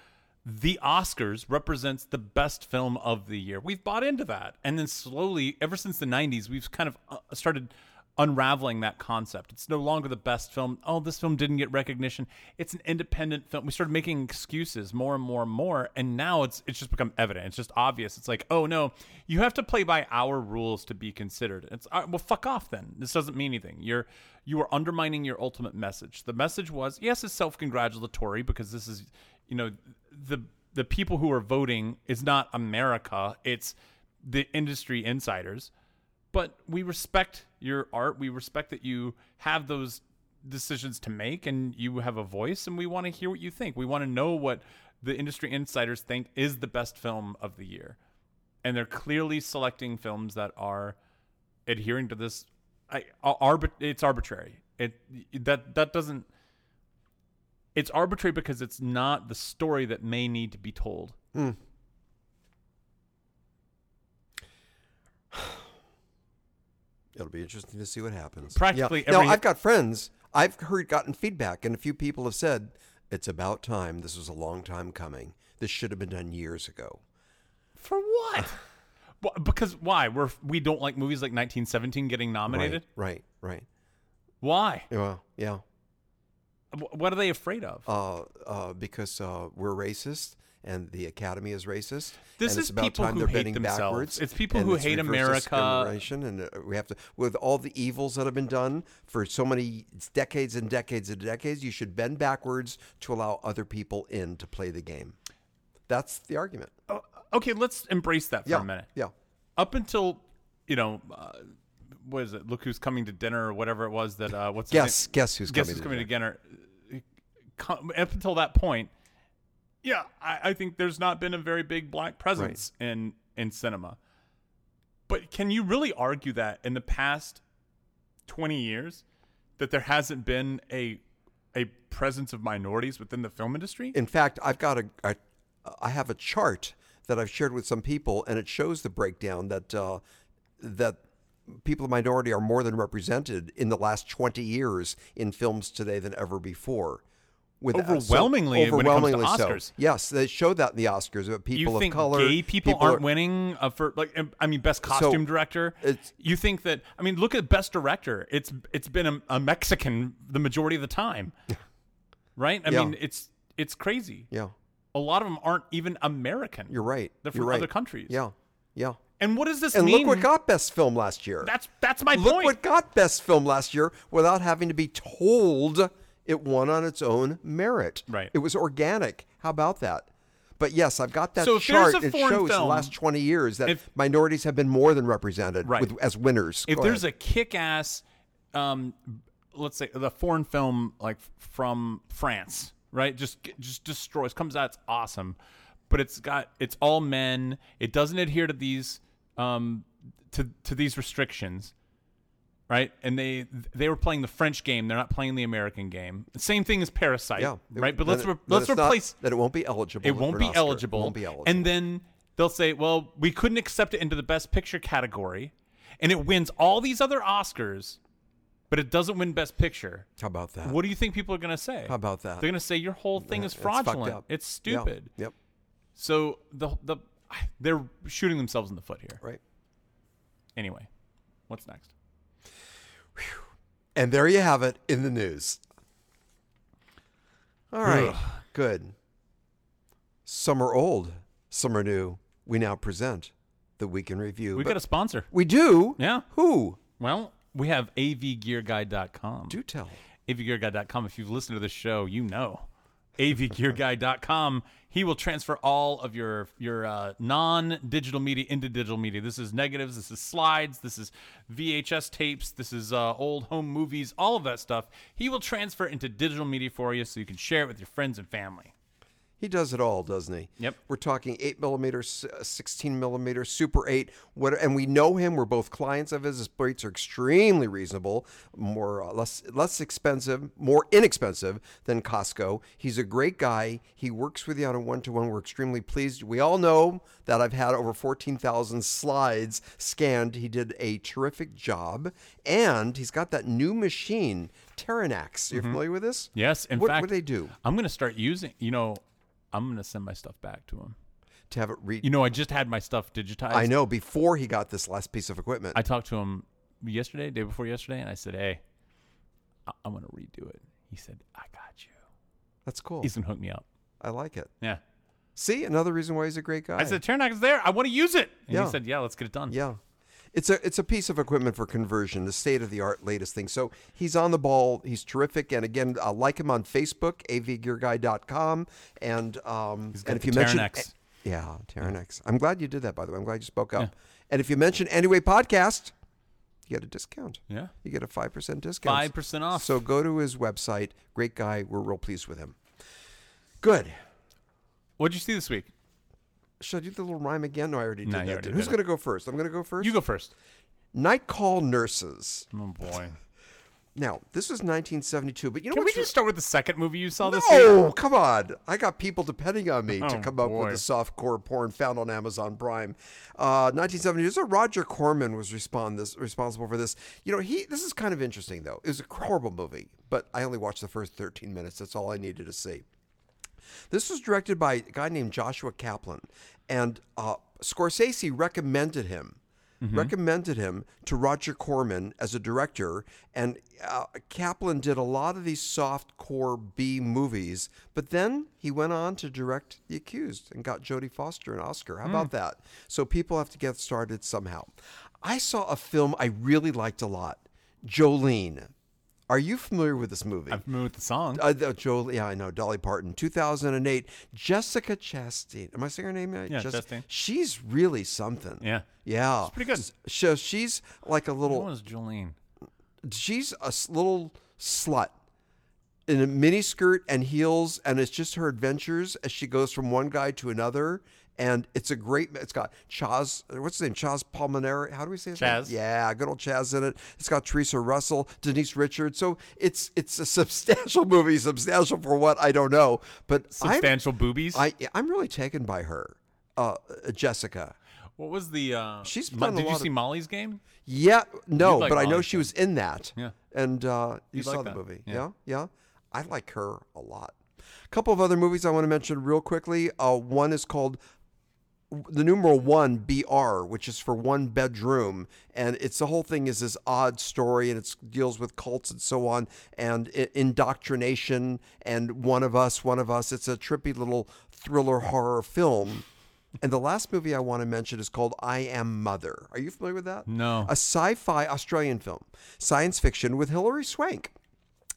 A: the Oscars represents the best film of the year. We've bought into that. And then slowly, ever since the 90s, we've kind of uh, started unraveling that concept. It's no longer the best film. Oh, this film didn't get recognition. It's an independent film. We started making excuses more and more and more, and now it's it's just become evident. It's just obvious. It's like, oh no, you have to play by our rules to be considered. It's all right, well, fuck off then. This doesn't mean anything. You're you are undermining your ultimate message. The message was yes, it's self congratulatory because this is you know the the people who are voting is not America. It's the industry insiders but we respect your art. We respect that you have those decisions to make and you have a voice and we want to hear what you think. We want to know what the industry insiders think is the best film of the year. And they're clearly selecting films that are adhering to this I, arbit, it's arbitrary. It that that doesn't it's arbitrary because it's not the story that may need to be told.
B: Mm. It'll be interesting to see what happens.
A: Practically
B: yeah.
A: every-
B: Now I've got friends. I've heard gotten feedback, and a few people have said it's about time. This was a long time coming. This should have been done years ago.
A: For what? Well, because why? We're we don't like movies like 1917 getting nominated.
B: Right. Right.
A: Why?
B: right. Well, yeah.
A: Wh- What are they afraid of?
B: Uh, uh, because uh, we're racist. And the Academy is racist. and
A: This is
B: it's about
A: people
B: time
A: who
B: they're
A: hate
B: bending
A: themselves.
B: backwards.
A: It's people
B: and
A: who
B: it's
A: hate
B: reverse
A: America.
B: discrimination, and uh, we have to, with all the evils that have been done for so many decades and decades and decades, you should bend backwards to allow other people in to play the game. That's the argument.
A: Oh, okay, let's embrace that for
B: Yeah.
A: a minute.
B: Yeah.
A: Up until you know, uh, what is it? Look who's coming to dinner or whatever it was that. Uh, what's his
B: Guess.
A: name?
B: Guess who's
A: guess
B: coming?
A: who's
B: to
A: coming
B: dinner.
A: to dinner? Co- Up until that point, yeah, I, I think there's not been a very big black presence in in cinema. But can you really argue that in the past twenty years that there hasn't been a a presence of minorities within the film industry?
B: In fact, I've got a, a I have a chart that I've shared with some people, and it shows the breakdown that uh, that people of minority are more than represented in the last twenty years in films today than ever before. With uh, so-
A: Overwhelmingly when it comes to Oscars.
B: so. Yes, they show that in the Oscars. But people
A: you think
B: of color,
A: gay people, aren't
B: are-
A: winning uh, for like um, I mean best costume director.
B: it's-
A: You think that I mean look at best director. It's it's been a, a Mexican the majority of the time, right? I
B: Yeah.
A: mean it's it's crazy.
B: Yeah,
A: A lot of them aren't even American.
B: you're right.
A: They're
B: you're
A: from
B: right.
A: other countries.
B: Yeah, yeah.
A: And what does this
B: And
A: mean?
B: look what got best film last year.
A: that's that's my
B: Look
A: point.
B: what got Best Film last year without having to be told it won on its own merit.
A: Right.
B: It was organic. How about that? But yes, I've got that
A: So if there's
B: chart.
A: a
B: It
A: foreign
B: shows the
A: film-
B: last 20 years that
A: If-
B: minorities have been more than represented
A: Right.
B: with, as winners.
A: if there's a kick-ass um let's say the foreign film like from france right just just destroys comes out it's awesome but it's got it's all men it doesn't adhere to these um to to these restrictions right and they they were playing the french game they're not playing the american game same thing as parasite
B: yeah,
A: right but
B: Then
A: let's
B: it-
A: re-
B: then
A: let's
B: it's not-
A: replace
B: that. It won't be eligible.
A: it
B: for
A: won't
B: an
A: be
B: Oscar.
A: eligible.
B: It won't be eligible.
A: And then they'll say, "Well, we couldn't accept it into the best picture category, and it wins all these other Oscars, but it doesn't win best picture."
B: how about that?
A: What do you think people are going to say?
B: How about that?
A: They're going to say your whole thing is
B: It's fucked
A: fraudulent.
B: up.
A: It's,
B: Yeah.
A: stupid.
B: Yep.
A: So the the they're shooting themselves in the foot here.
B: Right.
A: Anyway, what's next?
B: And there you have it in the news. All right.
A: Ugh.
B: Good. Some are old, some are new. We now present the week in review.
A: We've
B: But
A: got a sponsor.
B: we do?
A: Yeah.
B: Who?
A: Well, we have avgearguide.com.
B: Do tell.
A: avgearguy.com. If you've listened to this show, you know avgearguy.com. He will transfer all of your your uh, non-digital media into digital media. This is negatives. This is slides. This is VHS tapes. This is uh, old home movies. All of that stuff. He will transfer into digital media for you, so you can share it with your friends and family.
B: He does it all, doesn't he?
A: Yep.
B: We're talking 8 millimeter, 16 millimeter, uh, Super 8, what, and we know him. We're both clients of his. His rates are extremely reasonable, more uh, less less expensive, more inexpensive than Costco. He's a great guy. He works with you on a one to one. We're extremely pleased. We all know that I've had over 14,000 slides scanned. He did a terrific job, and he's got that new machine, Terranax. You're familiar with this?
A: Mm-hmm. Yes. In
B: What-
A: fact,
B: what do they do?
A: I'm going to start using. You know, I'm going to send my stuff back to him.
B: To have it read.
A: You know, I just had my stuff digitized.
B: I know before he got this last piece of equipment.
A: I talked to him yesterday, day before yesterday, and I said, "Hey, I- I'm gonna redo it." He said, "I got you."
B: That's cool.
A: He's gonna hook me up.
B: I like it.
A: Yeah.
B: See, another reason why he's a great guy.
A: I said, "Terranac is there. I want to use it." And
B: Yeah.
A: he said, "Yeah, let's get it done."
B: Yeah. It's a it's a piece of equipment for conversion, the state of the art latest thing. So he's on the ball. He's terrific. And again, uh, like him on Facebook, avgearguy.com. And um,
A: got
B: and if
A: the
B: you mention
A: Terranex.
B: yeah, Terranex. I'm glad you did that. By the way, I'm glad you spoke up. And if you mention Anyway Podcast, you get a discount.
A: Yeah.
B: You get a five percent discount.
A: Five percent off.
B: So go to his website. Great guy. We're real pleased with him. Good.
A: What'd you see this week?
B: Should I do the little rhyme again? No, I already did
A: No,
B: that.
A: you already
B: Who's
A: did
B: going to go first? I'm going to go first.
A: You go first.
B: Night call nurses.
A: Oh boy.
B: Now, this was 1972, but you know
A: Can we
B: what's
A: just start with the second movie you saw this week?
B: Oh, come on. I got people depending on me to
A: Oh,
B: come up
A: boy.
B: with the softcore porn found on Amazon Prime. Uh, 1970. So Roger Corman was respond this, responsible for this. You know, he this is kind of interesting though. It was a horrible movie, but I only watched the first 13 minutes. That's all I needed to see. This was directed by a guy named Joshua Kaplan, and uh, Scorsese recommended him. Recommended him to Roger Corman as a director, and uh, Kaplan did a lot of these soft core B movies. But then he went on to direct The Accused and got Jodie Foster an Oscar. How about that? So people have to get started somehow. I saw a film I really liked a lot, Jolene. Are you familiar with this movie?
A: I'm familiar with the song.
B: Uh, the- Joel, yeah, I know. Dolly Parton, 2008. Jessica Chastain. Am I saying her name right?
A: Yeah,
B: Jes-
A: Chastain.
B: She's really something.
A: Yeah.
B: Yeah.
A: pretty good.
B: S- So she's like a
A: That
B: little,
A: was Jolene.
B: she's a s- little slut in a mini skirt and heels, and it's just her adventures as she goes from one guy to another. And it's a great. It's got Chaz. What's his name? Chaz Palmineri. How do we say his
A: Chaz.
B: name? Yeah, good old Chaz in it. It's got Teresa Russell, Denise Richards. So it's it's a substantial movie. Substantial for what I don't know, but I'm,
A: Substantial boobies.
B: I I'm really taken by her, uh, Jessica.
A: what was the? Uh,
B: She's
A: Mo-
B: done a
A: did you
B: lot
A: see
B: of-
A: Molly's Game?
B: Yeah, no,
A: You'd like
B: but I know
A: Molly
B: she was in that.
A: Yeah.
B: and uh, you
A: You'd
B: saw the
A: like that.
B: movie. Yeah.
A: Yeah.
B: yeah, I like her a lot. A couple of other movies I want to mention real quickly. Uh, one is called the numeral one BR, which is for one bedroom, and it's the whole thing is this odd story, and it deals with cults and so on, and i- indoctrination, and one of us, one of us. It's a trippy little thriller horror film. And the last movie I want to mention is called I Am Mother. Are you familiar with that?
A: No.
B: A sci fi Australian film, science fiction with Hilary Swank.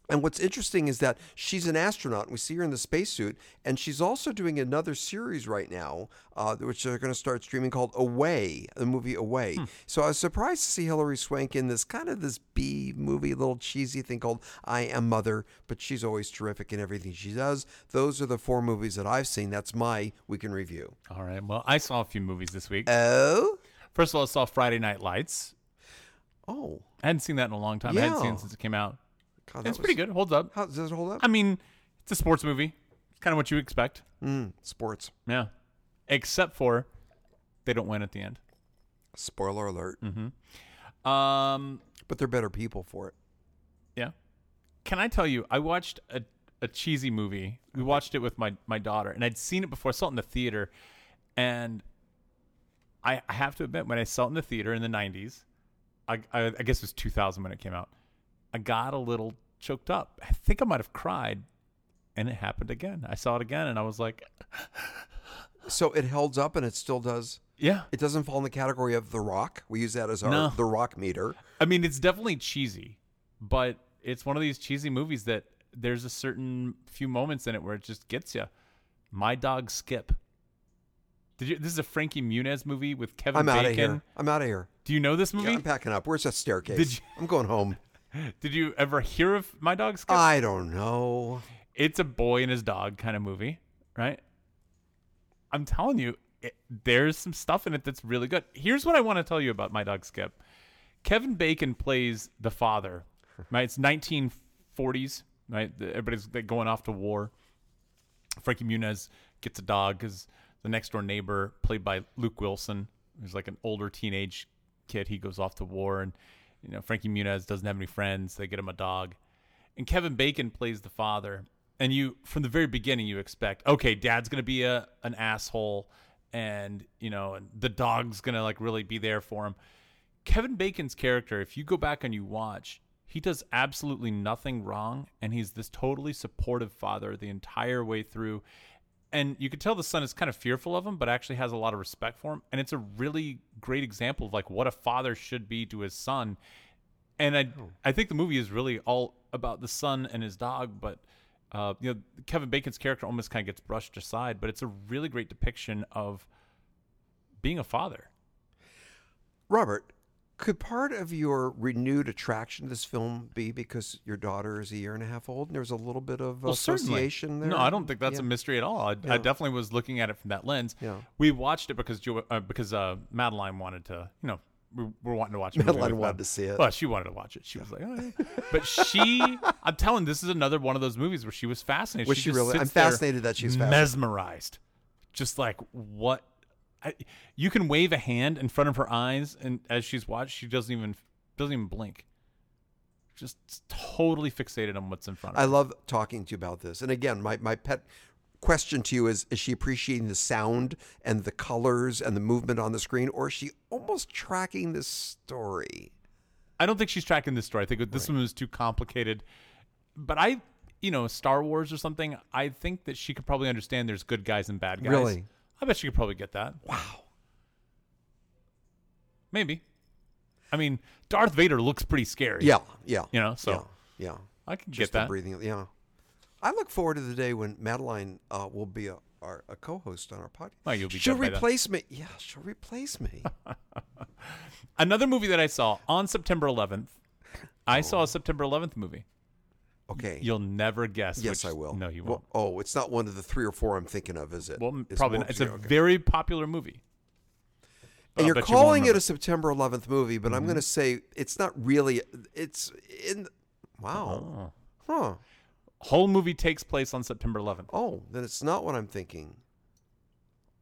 B: And what's interesting is that she's an astronaut. and We see her in the spacesuit, and she's also doing another series right now, uh, which they're going to start streaming called Away, the movie
A: Hmm.
B: Away. So I was surprised to see Hilary Swank in this kind of this B movie, little cheesy thing called I Am Mother, but she's always terrific in everything she does. Those are the four movies that I've seen. That's my we can review.
A: All right. Well, I saw a few movies this week.
B: Oh,
A: First of all, I saw Friday Night Lights.
B: oh,
A: I hadn't seen that in a long time. I hadn't seen
B: Yeah.
A: it since it came out.
B: God, that
A: It's
B: was-
A: pretty good. Holds up.
B: How does it hold up?
A: I mean, it's a sports movie. It's kind of what you expect.
B: Mm, sports.
A: Yeah. Except for they don't win at the end.
B: Spoiler alert.
A: Mm-hmm. Um,
B: But they're better people for it.
A: yeah. Can I tell you, I watched a, a cheesy movie. We watched it with my, my daughter, and I'd seen it before. I saw it in the theater. And I, I have to admit, when I saw it in the theater in the 90s, I, I, I guess it was 2000 when it came out, I got a little choked up. I think I might have cried. And it happened again. I saw it again, and I was like,
B: So it holds up, and it still does.
A: yeah.
B: It doesn't fall in the category of The Rock. We use that as our
A: No.
B: The Rock meter.
A: I mean, it's definitely cheesy, but it's one of these cheesy movies that there's a certain few moments in it where it just gets you. My dog Skip. Did you? This is a Frankie Muniz movie with Kevin
B: I'm out
A: Bacon.
B: of here. I'm out of here.
A: Do you know this
B: Yeah,
A: movie?
B: I'm packing up. Where's that staircase?
A: Did you-
B: I'm going home.
A: Did you ever hear of My Dog Skip?
B: I don't know.
A: it's a boy and his dog kind of movie, right? I'm telling you, it, there's some stuff in it that's really good. Here's what I want to tell you about My Dog Skip. Kevin Bacon plays the father, right? It's 1940s, right? The- Everybody's like, going off to war. Frankie Muniz gets a dog because the next door neighbor, played by Luke Wilson, who's like an older teenage kid, he goes off to war, and you know Frankie Muniz doesn't have any friends. They get him a dog, and Kevin Bacon plays the father. And you, from the very beginning, you expect, okay, Dad's gonna be a an asshole, and you know, and the dog's gonna like really be there for him. Kevin Bacon's character, if you go back and you watch, he does absolutely nothing wrong, and he's this totally supportive father the entire way through. And you could tell the son is kind of fearful of him, but actually has a lot of respect for him. And it's a really great example of like what a father should be to his son. And I, I think the movie is really all about the son and his dog, but uh, you know, Kevin Bacon's character almost kind of gets brushed aside. But it's a really great depiction of being a father.
B: Robert, could part of your renewed attraction to this film be because your daughter is a year and a half old and there's a little bit of
A: certainly.
B: association there?
A: No, I don't think that's
B: Yeah.
A: a mystery at all. I, I definitely was looking at it from that lens.
B: Yeah.
A: We watched it because jo- uh, because uh, Madeline wanted to, you know, we were wanting to watch. a movie
B: Madeline
A: with
B: wanted
A: them.
B: to see it.
A: Well, she wanted to watch it. She was like, oh, yeah. but she, I'm telling, this is another one of those movies where she was fascinated.
B: Was she
A: just
B: really-
A: sits
B: I'm
A: there
B: fascinated that she's fascinated.
A: mesmerized, just like what. I, you can wave a hand in front of her eyes, and as she's watched, she doesn't even doesn't even blink. Just totally fixated on what's in front of her.
B: I love talking to you about this. And again, my, my pet question to you is is she appreciating the sound and the colors and the movement on the screen, or is she almost tracking this story?
A: I don't think she's tracking this story. I think this one was too complicated. But I, you know, Star Wars or something, I think that she could probably understand there's good guys and bad guys.
B: Really?
A: I bet she could probably get that.
B: Wow.
A: Maybe. I mean, Darth Vader looks pretty scary.
B: Yeah, yeah.
A: You know, so
B: yeah. yeah.
A: I could
B: Just
A: get that.
B: the breathing. Yeah. I look forward to the day when Madeline uh, will be a, our, a co-host on our podcast.
A: Oh, you'll be
B: she'll
A: dead by then.
B: replace me. Yeah, she'll replace me.
A: Another movie that I saw on September 11th.
B: Oh.
A: I saw a September 11th movie.
B: Okay.
A: You'll never guess.
B: yes,
A: which-
B: I will.
A: No, you
B: Well,
A: won't.
B: oh, it's not one of the three or four I'm thinking of, is it?
A: Well,
B: It's
A: probably
B: more
A: not. It's
B: obscure,
A: a
B: okay.
A: very popular movie.
B: and
A: I
B: you're
A: bet you Mm-hmm. won't
B: calling it
A: remember.
B: a September 11th movie, but I'm going to say it's not really. It's in. Wow.
A: Oh.
B: Huh.
A: Whole movie takes place on September 11th.
B: Oh, then it's not what I'm thinking.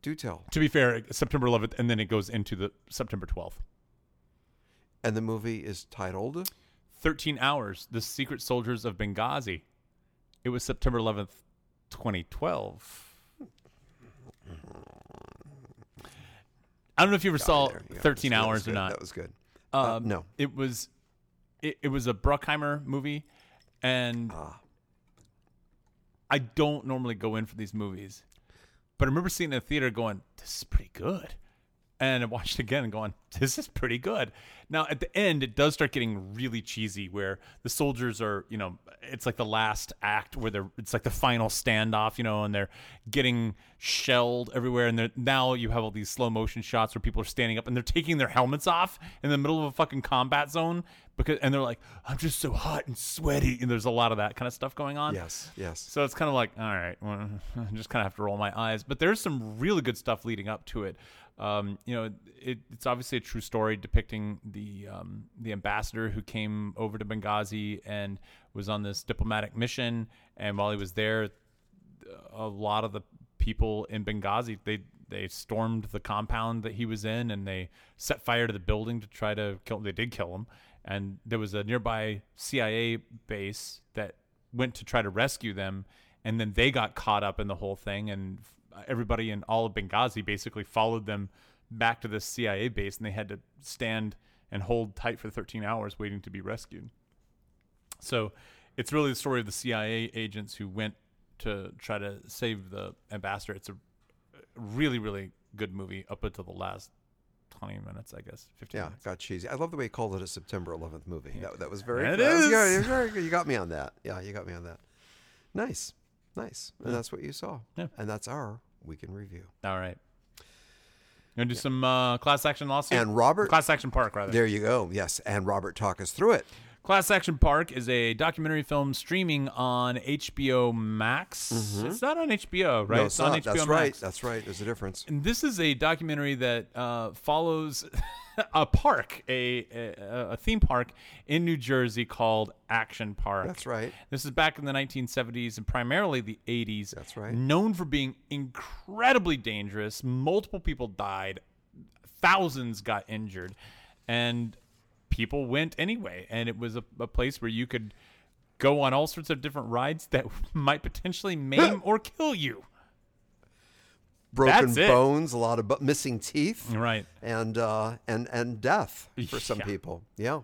B: Do tell.
A: To be fair, September 11th, and then it goes into the September 12th.
B: And the movie is titled.
A: 13 hours, the secret soldiers of Benghazi. It was September 11th, 2012. I don't know if you ever saw
B: There you go.
A: 13
B: That was
A: hours or
B: good.
A: not.
B: That was good.
A: Uh,
B: no.
A: It was it, it was a Bruckheimer movie and
B: Ah.
A: I don't normally go in for these movies. But I remember seeing it in the theater going, This is pretty good. And I watched it again and going, This is pretty good. Now at the end it does start getting really cheesy where the soldiers are, you know, it's like the last act where they're it's like the final standoff, you know, and they're getting shelled everywhere and they're now you have all these slow motion shots where people are standing up and they're taking their helmets off in the middle of a fucking combat zone because and they're like, I'm just so hot and sweaty and there's a lot of that kind of stuff going on.
B: Yes, yes.
A: So it's kind of like, all right, well, I just kind of have to roll my eyes. But there's some really good stuff leading up to it. Um, you know, it, it's obviously a true story depicting the um, the ambassador who came over to Benghazi and was on this diplomatic mission. And while he was there, a lot of the people in Benghazi they they stormed the compound that he was in and they set fire to the building to try to kill him. They did kill him, and there was a nearby CIA base that went to try to rescue them, and then they got caught up in the whole thing, and f- everybody in all of Benghazi basically followed them back to the CIA base, and they had to stand and hold tight for 13 hours waiting to be rescued. So it's really the story of the CIA agents who went to try to save the ambassador. It's a really, really good movie up until the last 20 minutes, I guess, 15
B: Yeah,
A: minutes.
B: got cheesy. I love the way you called it a September 11th movie. That, that was very.
A: It
B: that was- yeah,
A: is.
B: you're very good. You got me on that. Yeah, you got me on that. Nice, nice. And that's what you saw.
A: Yeah.
B: And that's our weekend review.
A: All right. You want to do some uh, class action lawsuit?
B: And Robert-
A: Class Action Park, rather.
B: There you go. Yes, and Robert talk us through it.
A: Class Action Park is a documentary film streaming on HBO Max. It's not on HBO, right?
B: Mm-hmm. No,
A: it's on
B: not.
A: HBO
B: That's
A: Max.
B: right. That's right. There's a difference.
A: And this is a documentary that uh, follows a park, a, a a theme park in New Jersey called Action Park.
B: That's right.
A: This is back in the 1970s and primarily the 80s.
B: That's right.
A: Known for being incredibly dangerous. Multiple people died, thousands got injured, and people went anyway. And it was a, a place where you could go on all sorts of different rides that might potentially maim or kill you.
B: broken
A: That's it.
B: bones, a lot of bu- missing teeth,
A: Right.
B: and uh, and and death for some
A: Yeah.
B: people. Yeah,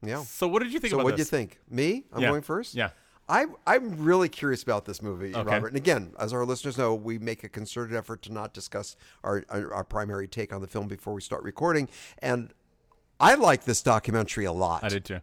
B: yeah.
A: So what did you think
B: So
A: about
B: what do you
A: this?
B: think? Me? I'm
A: Yeah.
B: going first.
A: Yeah.
B: I, I'm really curious about this movie,
A: Okay.
B: Robert. And again, as our listeners know, we make a concerted effort to not discuss our, our, our primary take on the film before we start recording. And I like this documentary a lot.
A: I did too.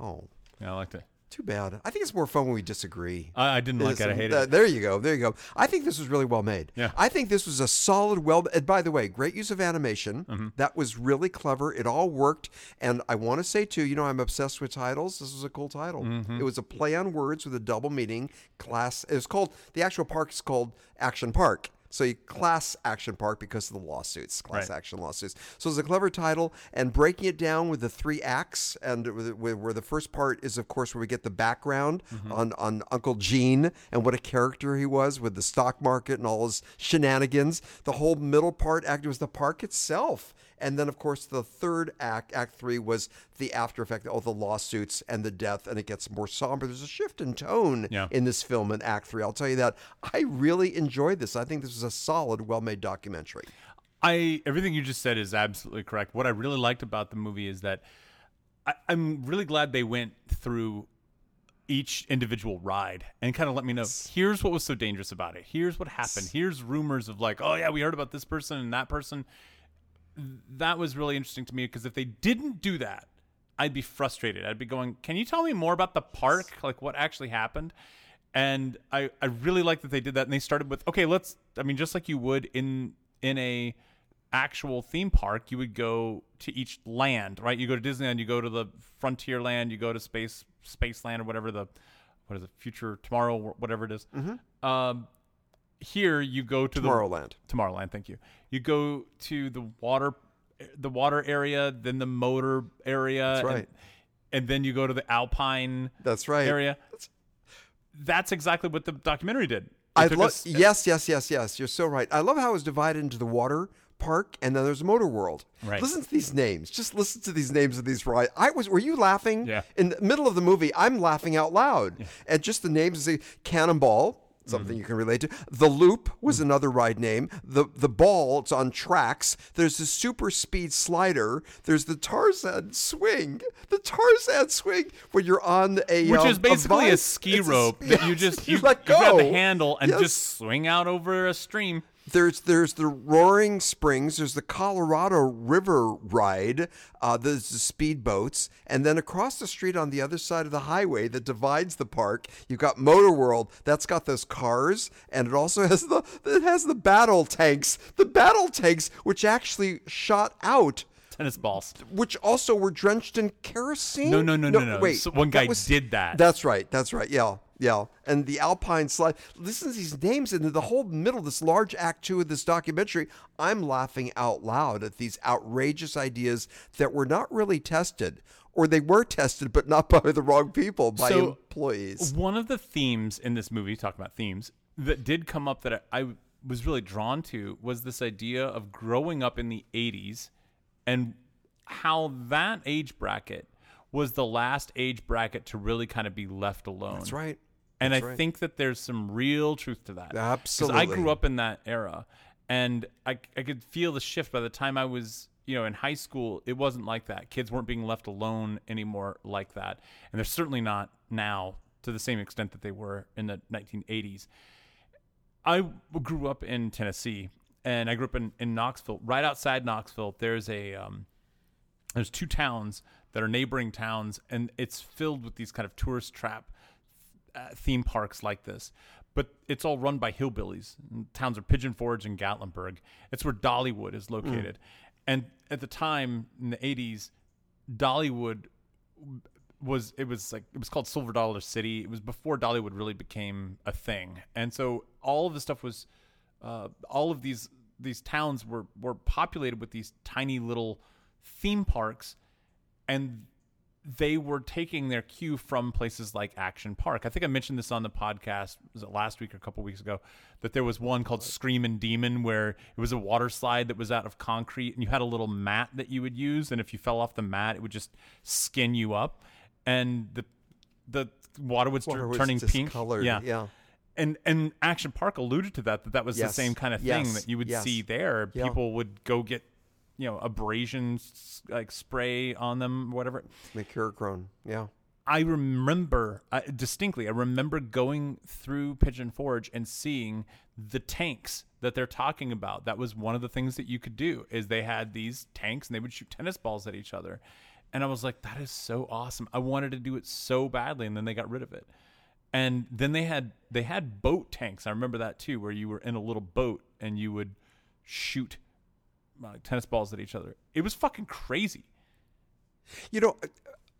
B: Oh,
A: Yeah, I liked it.
B: too bad. I think it's more fun when we disagree.
A: I, I didn't like it. I hated
B: Uh,
A: it.
B: There you go. There you go. I think this was really well made.
A: Yeah.
B: I think this was a solid, well. And by the way, great use of animation.
A: Mm-hmm.
B: That was really clever. It all worked. And I want to say too, you know, I'm obsessed with titles. This was a cool title.
A: Mm-hmm.
B: It was a play on words with a double meaning. Class. It was called the actual park is called Action Park. So you class action park because of the lawsuits, class
A: Right.
B: action lawsuits. So it's a clever title, and breaking it down with the three acts, and with- with- where the first part is, of course, where we get the background on on Uncle Gene and what a character he was with the stock market and all his shenanigans. The whole middle part act was the park itself, and then of course the third act, act three, was the after effect, all the lawsuits and the death, and it gets more somber. There's a shift in tone
A: Yeah.
B: in this film in Act Three. I'll tell you that. I really enjoyed this. I think this is a solid, well made documentary.
A: I everything you just said is absolutely correct. What I really liked about the movie is that I, I'm really glad they went through each individual ride and kind of let me know here's what was so dangerous about it. Here's what happened. Here's rumors of like, oh yeah, we heard about this person and that person. That was really interesting to me because if they didn't do that, I'd be frustrated. I'd be going, can you tell me more about the park? Like what actually happened? And I, I really like that they did that and they started with, okay, let's I mean, just like you would in in a actual theme park, you would go to each land, right? You go to Disneyland, you go to the frontier land, you go to space space land or whatever the what is it, future tomorrow, wh- whatever it is. Um, here you go to the
B: Tomorrowland.
A: Tomorrowland, thank you. You go to the water, the water area, then the motor area,
B: right.
A: and, and then you go to the alpine
B: That's right.
A: area. That's exactly what the documentary did. It
B: I
A: took
B: love.
A: us-
B: Yes, yes, yes, yes. You're so right. I love how it's divided into the water park and then there's Motor World.
A: Right.
B: Listen to these names. Just listen to these names of these rides. I was. Were you laughing?
A: Yeah.
B: In the middle of the movie, I'm laughing out loud at just the names. Of the Cannonball. Something
A: Mm-hmm.
B: you can relate to. The Loop was another ride name. The the ball, it's on tracks. There's the super speed slider. There's the Tarzan swing. The Tarzan swing when you're on a
A: which
B: um,
A: is basically a,
B: vise.
A: ski
B: It's a
A: rope
B: ski-
A: that you
B: yes,
A: just you,
B: let
A: you
B: go
A: grab the handle and
B: Yes.
A: just swing out over a stream.
B: There's there's the Roaring Springs. There's the Colorado River ride. Uh, there's the speedboats, and then across the street on the other side of the highway that divides the park, you've got Motor World. That's got those cars, and it also has the it has the battle tanks. The battle tanks, which actually shot out.
A: Tennis balls.
B: Which also were drenched in kerosene.
A: No, no, no, no, no.
B: Wait,
A: So one guy
B: that was-
A: did that.
B: That's right. That's right. Yeah. Yeah. And the Alpine slide. Listen to these names and the whole middle, this large act two of this documentary. I'm laughing out loud at these outrageous ideas that were not really tested, or they were tested, but not by the wrong people, by
A: So-
B: employees.
A: One of the themes in this movie, talking about themes, that did come up that I, I was really drawn to was this idea of growing up in the 80s and how that age bracket was the last age bracket to really kind of be left alone.
B: That's right.
A: And I
B: right.
A: think that there's some real truth to that. 'Cause I
B: Absolutely.
A: grew up in that era and I, I could feel the shift by the time I was, you know, in high school, it wasn't like that. Kids weren't being left alone anymore like that. And they're certainly not now to the same extent that they were in the 1980s. I grew up in Tennessee and I grew up in, in Knoxville. Right outside Knoxville, there's a, um, there's two towns that are neighboring towns and it's filled with these kind of tourist trap uh, theme parks like this but it's all run by hillbillies And towns are pigeon forge and gatlinburg it's where dollywood is located and at the time in the 80s dollywood was it was like it was called Silver Dollar City. It was before Dollywood really became a thing, and so all of the stuff was, uh, all of these these towns were were populated with these tiny little theme parks, and they were taking their cue from places like Action Park. I think I mentioned this on the podcast was it last week or a couple weeks ago that there was one called Screamin' Demon where it was a water slide that was out of concrete and you had a little mat that you would use and if you fell off the mat it would just skin you up and the the water would start
B: Water was
A: turning pink.
B: discolored, yeah.
A: and and Action Park alluded to that that that was the
B: Yes.
A: same kind of
B: Yes.
A: thing that you would
B: Yes.
A: see there.
B: Yeah.
A: People would go get you know abrasions like spray on them, whatever.
B: Mercurochrome. Yeah.
A: I remember uh, distinctly. I remember going through Pigeon Forge and seeing the tanks that they're talking about. That was one of the things that you could do is they had these tanks and they would shoot tennis balls at each other. And I was like, that is so awesome. I wanted to do it so badly, and then they got rid of it. And then they had they had boat tanks. I remember that too, where you were in a little boat and you would shoot uh, tennis balls at each other. It was fucking crazy.
B: You know,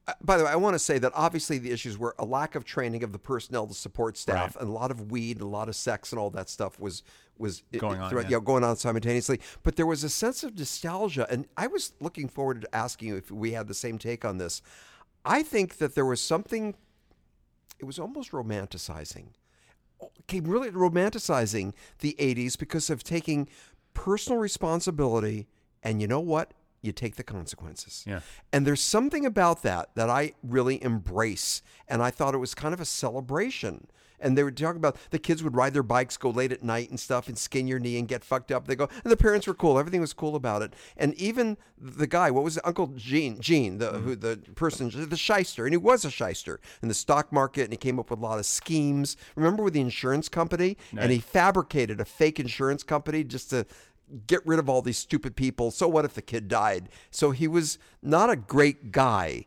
B: uh, by the way, I want to say that obviously the issues were a lack of training of the personnel, the support staff, and a lot of weed, a lot of sex, and all that stuff was was i-
A: Going on,
B: throughout-
A: yeah.
B: you know, going on simultaneously. But there was a sense of nostalgia, and I was looking forward to asking you if we had the same take on this. I think that there was something. It was almost romanticizing came really romanticizing the 80s because of taking personal responsibility and you know what you take the consequences
A: Yeah.
B: and there's something about that that i really embrace and i thought it was kind of a celebration and they were talking about the kids would ride their bikes go late at night and stuff and skin your knee and get fucked up they go and the parents were cool everything was cool about it and even the guy what was it? uncle gene gene the who the person the shyster and he was a shyster in the stock market and he came up with a lot of schemes remember with the insurance company and he fabricated a fake insurance company just to get rid of all these stupid people so what if the kid died so he was not a great guy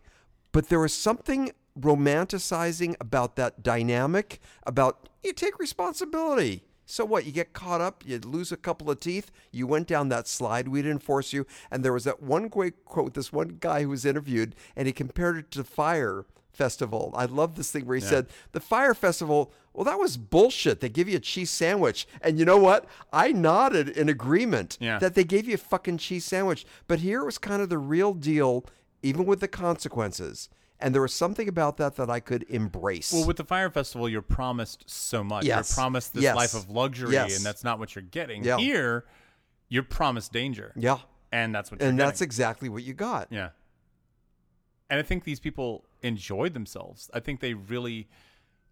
B: but there was something romanticizing about that dynamic about you take responsibility so what you get caught up you lose a couple of teeth you went down that slide we didn't force you and there was that one great quote this one guy who was interviewed and he compared it to fire festival i love this thing where he said the fire festival well that was bullshit they give you a cheese sandwich and you know what i nodded in agreement
A: Yeah.
B: that they gave you a fucking cheese sandwich but here it was kind of the real deal even with the consequences. And there was something about that that I could embrace.
A: Well, with the Fire Festival, you're promised so much.
B: Yes.
A: You're promised this
B: Yes.
A: life of luxury,
B: Yes.
A: and that's not what you're getting.
B: Yeah.
A: Here, you're promised danger.
B: yeah.
A: And that's what you're
B: And
A: getting.
B: that's exactly what you got.
A: Yeah. And I think these people enjoyed themselves. I think they really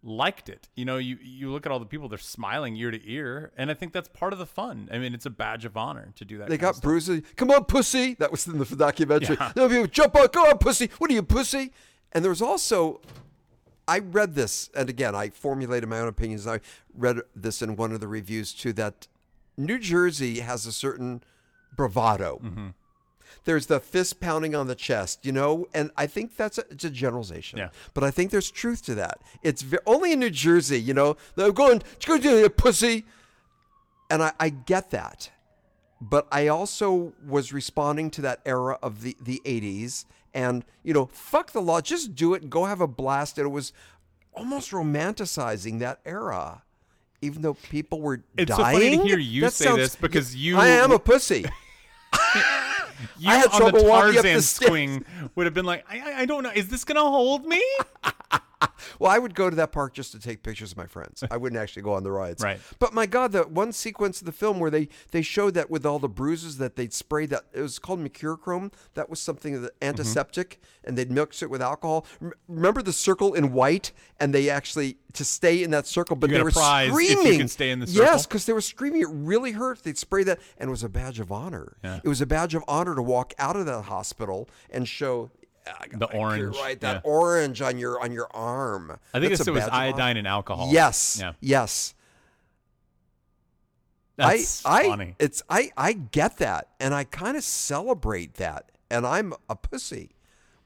A: liked it. You know, you, you look at all the people, they're smiling ear to ear. And I think that's part of the fun. I mean, it's a badge of honor to do that.
B: They
A: kind
B: got
A: of stuff.
B: bruises. Come on, pussy. That was in the documentary. They'll be, jump on, go on, pussy. What are you, pussy? And there was also, I read this, and again, I formulated my own opinions. I read this in one of the reviews too that New Jersey has a certain bravado.
A: Mm-hmm.
B: There's the fist pounding on the chest, you know, and I think that's a, it's a generalization.
A: Yeah.
B: But I think there's truth to that. It's ve- only in New Jersey, you know, they're going, go do it, pussy. And I, I get that but I also was responding to that era of the the 80s and you know fuck the law just do it and go have a blast and it was almost romanticizing that era even though people were
A: It's so
B: dying
A: funny to hear you
B: That
A: say
B: sounds-
A: this because you-
B: I am a pussy
A: You
B: I had
A: on
B: trouble
A: the
B: walking up the
A: Tarzan
B: stairs.
A: swing would have been like, I, I, I don't know. Is this going to hold me?
B: Well, I would go to that park just to take pictures of my friends. I wouldn't actually go on the rides.
A: Right.
B: But my God, that one sequence of the film where they they showed that with all the bruises that they'd sprayed that it was called mercurochrome. That was something of the
A: Mm-hmm.
B: antiseptic, and they'd mix it with alcohol. Rem- remember the circle in white, and they actually to stay in that circle, but
A: You get
B: they
A: a
B: were
A: prize if you
B: screaming.
A: can stay in the
B: Yes,
A: circle.
B: because they were screaming. It really hurt. They'd spray that, and it was a badge of honor. It was a badge of honor to walk out of that hospital and show. "Ah, I got
A: The
B: my cure,
A: orange,
B: right? That
A: yeah.
B: orange on your on your arm.
A: I think
B: That's
A: it's,
B: a
A: it was
B: badge of honor.
A: iodine and alcohol.
B: Yes.
A: Yeah.
B: Yes.
A: That's
B: I
A: funny.
B: I it's I I get that and I kind of celebrate that and I'm a pussy.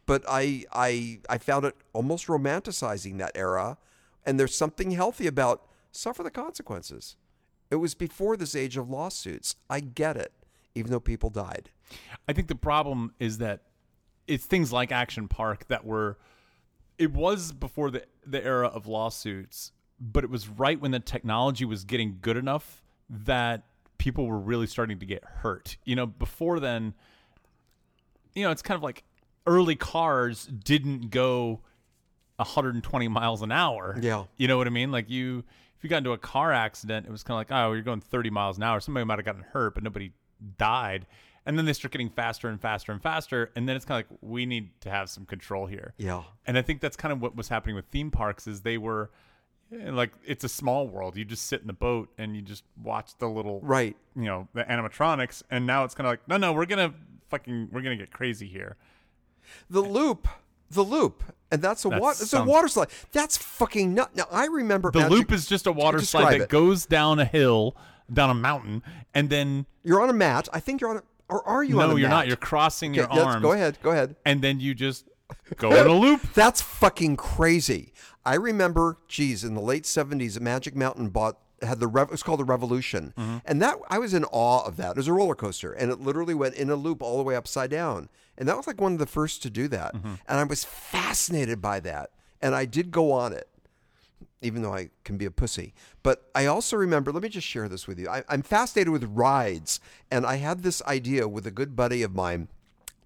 B: But I I I found it almost romanticizing that era and there's something healthy about suffer the consequences. It was before this age of lawsuits. I get it, even though people died.
A: I think the problem is that it's things like Action Park that were it was before the the era of lawsuits, but it was right when the technology was getting good enough that people were really starting to get hurt. You know, before then, you know, it's kind of like early cars didn't go 120 miles an hour.
B: Yeah.
A: You know what I mean? Like you if you got into a car accident, it was kind of like, oh, you're going 30 miles an hour. Somebody might have gotten hurt, but nobody died. And then they start getting faster and faster and faster, and then it's kind of like we need to have some control here.
B: Yeah.
A: And I think that's kind of what was happening with theme parks is they were Yeah, like it's a small world. You just sit in the boat and you just watch the little
B: Right.
A: you know, the animatronics and now it's kind of like, no, no, we're going to fucking we're going to get crazy here.
B: The loop. The loop. And that's a
A: That
B: water. It's a
A: sounds-
B: water slide. That's fucking nut. Now I remember
A: The
B: Magic-
A: loop is just a water slide
B: describe
A: that
B: it.
A: goes down a hill, down a mountain, and then
B: You're on a mat. I think you're on. A, or are you on a
A: no, you're
B: mat?
A: not. You're crossing your
B: Okay, let's-
A: arms,
B: Go ahead. Go ahead.
A: and then you just go in a loop.
B: That's fucking crazy. I remember, geez, in the late seventies, Magic Mountain bought had the rev- it was called the Revolution,
A: Mm-hmm.
B: and that I was in awe of that. It was a roller coaster, and it literally went in a loop all the way upside down, and that was like one of the first to do that,
A: Mm-hmm.
B: and I was fascinated by that, and I did go on it. Even though I can be a pussy. But I also remember, let me just share this with you. I, I'm fascinated with rides. And I had this idea with a good buddy of mine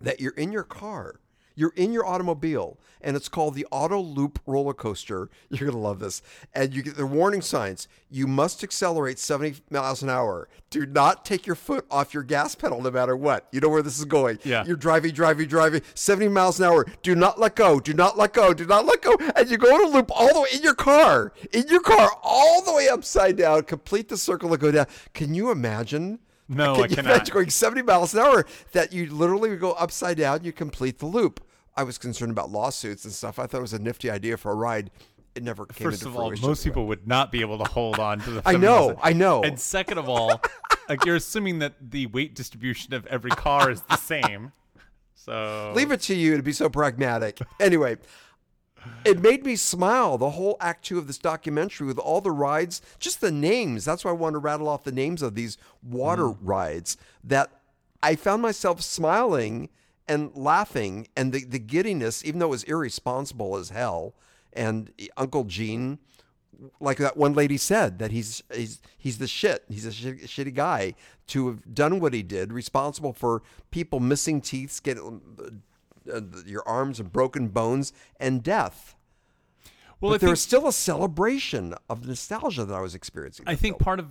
B: that you're in your car. You're in your automobile, and it's called the Auto Loop Roller Coaster. You're gonna love this, and you get the warning signs. You must accelerate 70 miles an hour. Do not take your foot off your gas pedal, no matter what. You know where this is going.
A: Yeah.
B: You're driving, driving, driving, 70 miles an hour. Do not let go. Do not let go. Do not let go. And you go in a loop all the way in your car, in your car, all the way upside down. Complete the circle and go down. Can you imagine?
A: No,
B: Can
A: I
B: you
A: cannot.
B: imagine going 70 miles an hour that you literally would go upside down, you complete the loop. I was concerned about lawsuits and stuff. I thought it was a nifty idea for a ride. It never came
A: First
B: into
A: of all,
B: fruition.
A: most people would not be able to hold on to the.
B: I know,
A: 70%.
B: I know.
A: And second of all, like you're assuming that the weight distribution of every car is the same. So
B: Leave it to you to be so pragmatic. Anyway, it made me smile. The whole act two of this documentary with all the rides, just the names. That's why I want to rattle off the names of these water rides that I found myself smiling and laughing and the, the giddiness, even though it was irresponsible as hell. And e, Uncle Gene, like that one lady said that he's he's he's the shit. He's a shi- shitty guy to have done what he did, responsible for people missing teeth, getting uh, your arms and broken bones and death. But
A: well, I
B: there
A: think-
B: was still a celebration of nostalgia that I was experiencing.
A: I think part of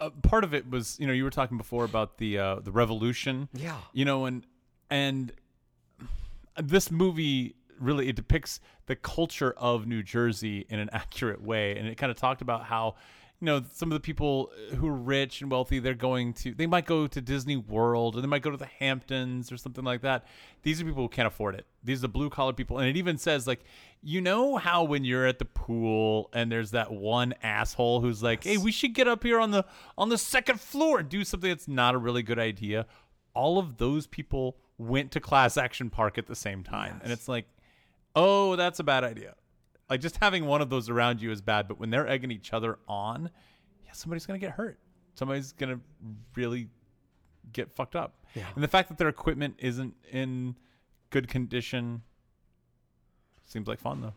A: uh, uh, part of it was you know you were talking before about the uh, the revolution.
B: Yeah.
A: You know, and and this movie really it depicts the culture of New Jersey in an accurate way, and it kind of talked about how you know some of the people who are rich and wealthy they're going to they might go to Disney World or they might go to the Hamptons or something like that. These are people who can't afford it. These are the blue collar people, and it even says like you know how when you're at the pool and there's that one asshole who's like, hey, we should get up here on the on the second floor and do something that's not a really good idea all of those people went to class action park at the same time and it's like oh that's a bad idea like just having one of those around you is bad but when they're egging each other on yeah somebody's gonna get hurt somebody's gonna really get fucked up and the fact that their equipment isn't in good condition seems like fun though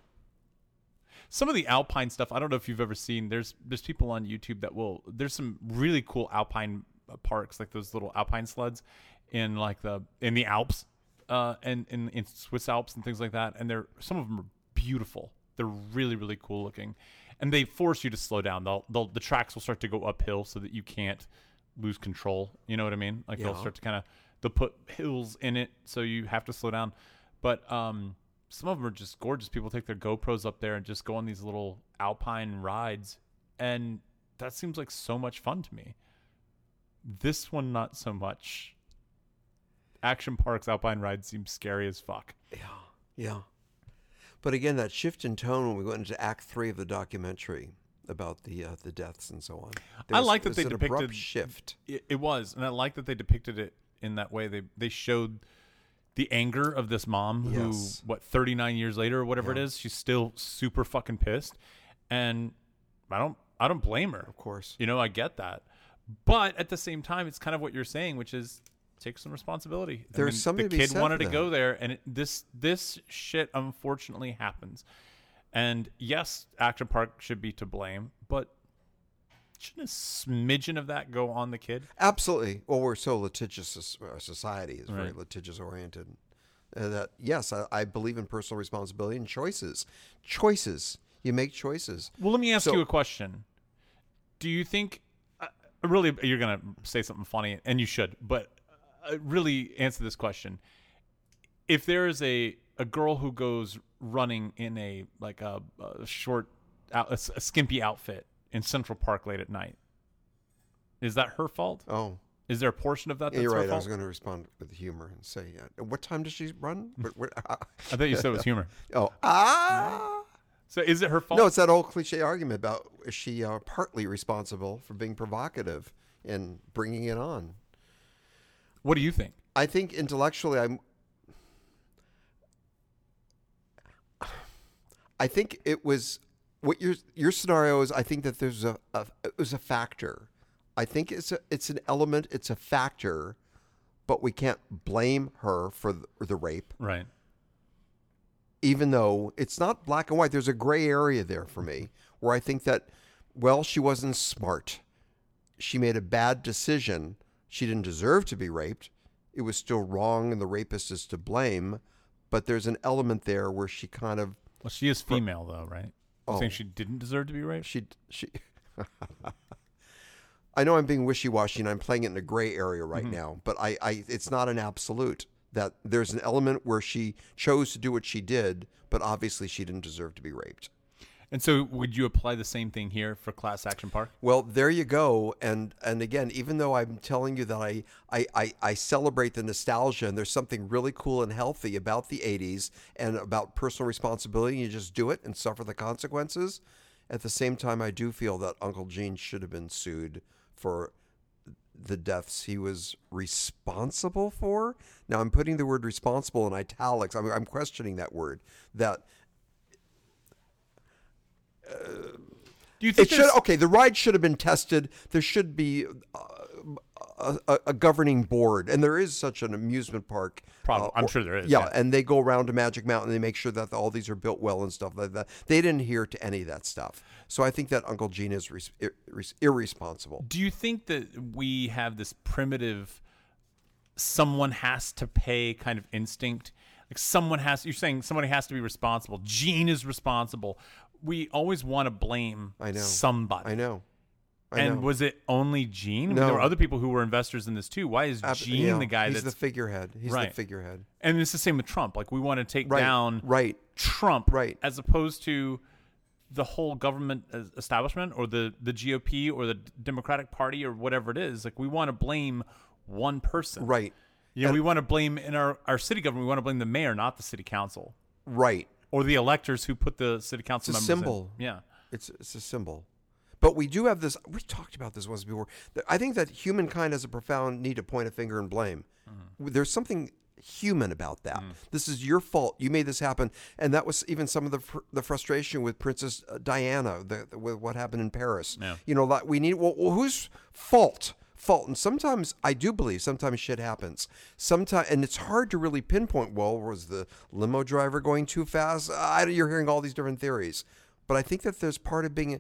A: some of the alpine stuff i don't know if you've ever seen there's there's people on youtube that will there's some really cool alpine uh, parks like those little alpine sleds in like the in the alps uh and in in swiss alps and things like that and they're some of them are beautiful they're really really cool looking and they force you to slow down they'll, they'll the tracks will start to go uphill so that you can't lose control you know what i mean like they'll
B: Yeah.
A: start to kind of they'll put hills in it so you have to slow down but um some of them are just gorgeous people take their gopro's up there and just go on these little alpine rides and that seems like so much fun to me this one not so much action parks alpine ride seems scary as fuck
B: Yeah. But again, that shift in tone when we went into Act Three of the documentary about the uh, the deaths and so on. There
A: I
B: was-
A: like
B: there
A: that they
B: was an abrupt
A: depicted-
B: shift.
A: it, it was and i like that they depicted it in that way they they showed the anger of this mom
B: Yes.
A: who what 39 years later or whatever it is she's still super fucking pissed and i don't i don't blame her
B: Of course.
A: you know i get that but at the same time it's kind of what you're saying which is take some responsibility I
B: There's
A: mean,
B: something
A: the
B: to be
A: kid
B: said
A: wanted
B: for
A: to go there and it, this this shit unfortunately happens and yes action park should be to blame but shouldn't a smidgen of that go on the kid
B: Absolutely. Well, we're so litigious. as- Our society is very
A: Right.
B: litigious oriented. Uh, that yes, I, I believe in personal responsibility and choices. Choices. You make choices.
A: Well, let me ask
B: So-
A: you a question. Do you think, uh, really, you're going to say something funny, and you should, but uh, really answer this question. If there is a, a girl who goes running in a, like a, a short out, a, s- a skimpy outfit in Central Park late at night. Is that her fault?
B: Oh,
A: Is there a portion of
B: yeah,
A: that that's
B: you're
A: her
B: right. I
A: fault?
B: was going to respond with humor and say, uh, what time does she run? What- what- uh,
A: I thought you said it was humor.
B: oh, ah.
A: So is it her fault?
B: No, it's that old cliche argument about is she uh, partly responsible for being provocative and bringing it on?
A: What do you think?
B: I think intellectually, I'm. I think it was what your your scenario is. I think that there's a, a it was a factor. I think it's a, it's an element. It's a factor, but we can't blame her for the, the rape,
A: Right.
B: even though it's not black and white. There's a gray area there for me where I think that, well, she wasn't smart. She made a bad decision. She didn't deserve to be raped. It was still wrong, and the rapist is to blame. But there's an element there where she kind of
A: Well, she is female though, right? You
B: Oh.
A: think she didn't deserve to be raped?
B: she she. I know I'm being wishy-washy and I'm playing it in a gray area right now, but I, I it's not an absolute that there's an element where she chose to do what she did, but obviously she didn't deserve to be raped.
A: And so, would you apply the same thing here for Class Action Park?
B: Well, there you go. And and again, even though I'm telling you that I I, I, I celebrate the nostalgia and there's something really cool and healthy about the 80s and about personal responsibility, you just do it and suffer the consequences. At the same time, I do feel that Uncle Gene should have been sued for the deaths he was responsible for. Now, I'm putting the word responsible in italics. I'm, I'm questioning that word. That
A: Do you
B: It
A: think
B: should
A: there's-
B: okay. The ride should have been tested. There should be uh, a, a governing board, and there is such an amusement park. uh,
A: Probably. I'm
B: or-
A: sure there is,
B: Yeah,
A: yeah.
B: and they go around to Magic Mountain. They make sure that all these are built well and stuff like that. They didn't hear to any of that stuff. So I think that Uncle Gene is res- ir- res- irresponsible.
A: Do you think that we have this primitive someone has to pay kind of instinct? Like someone has you're saying somebody has to be responsible. Gene is responsible. We always want to blame
B: I know.
A: somebody.
B: I know. I
A: and
B: know.
A: was it only Gene? I mean,
B: No.
A: there were other people who were investors in this too. Why is
B: Ab-
A: Gene
B: yeah,
A: the guy
B: He's
A: that's
B: the figurehead. He's
A: Right.
B: the figurehead.
A: and it's the same with Trump. Like we want to take
B: Right.
A: down
B: Right.
A: Trump,
B: Right.
A: as opposed to the whole government uh, establishment or the the GOP or the Democratic Party or whatever it is. Like we want to blame one person,
B: Right.
A: You know, we want to blame in our our city government. We want to blame the mayor, not the city council
B: Right.
A: or the electors who put the city council
B: It's a
A: members. in.
B: symbol.
A: Yeah.
B: It's it's a symbol. But we do have this. We've talked about this once before. that I think that humankind has a profound need to point a finger and blame. There's something human about that. This is your fault. You made this happen, and that was even some of the fr- the frustration with Princess uh, Diana, the, the, with what happened in Paris.
A: Yeah.
B: You know, like we need. Well, well, whose fault? Fault. And sometimes I do believe sometimes shit happens. Sometimes, and it's hard to really pinpoint. Well, was the limo driver going too fast? I, you're hearing all these different theories, but I think that there's part of being a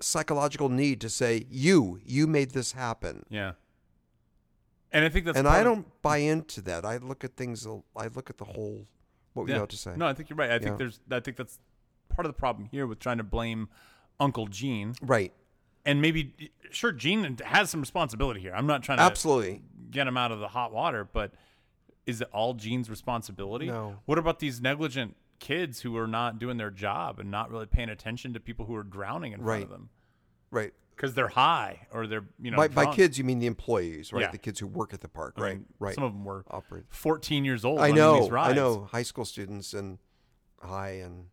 B: psychological need to say, "You, you made this happen."
A: Yeah. And I think that's
B: and
A: part
B: I
A: of-
B: don't buy into that. I look at things. I look at the whole. What we
A: Yeah.
B: have to say.
A: No, I think you're right. I
B: Yeah.
A: think there's I think that's part of the problem here with trying to blame Uncle Gene.
B: Right.
A: And maybe sure Gene has some responsibility here. I'm not trying to
B: Absolutely.
A: get him out of the hot water, but is it all Gene's responsibility?
B: No.
A: What about these negligent kids who are not doing their job and not really paying attention to people who are drowning in front
B: Right.
A: of them
B: Right.
A: because they're high or they're you know
B: By, by
A: drunk.
B: kids, you mean the employees, right?
A: Yeah.
B: The kids who work at the park,
A: I
B: right?
A: mean,
B: right.
A: Some of them were
B: Operate.
A: 14 years old.
B: I
A: on
B: know.
A: These rides,
B: I know. High school students and high and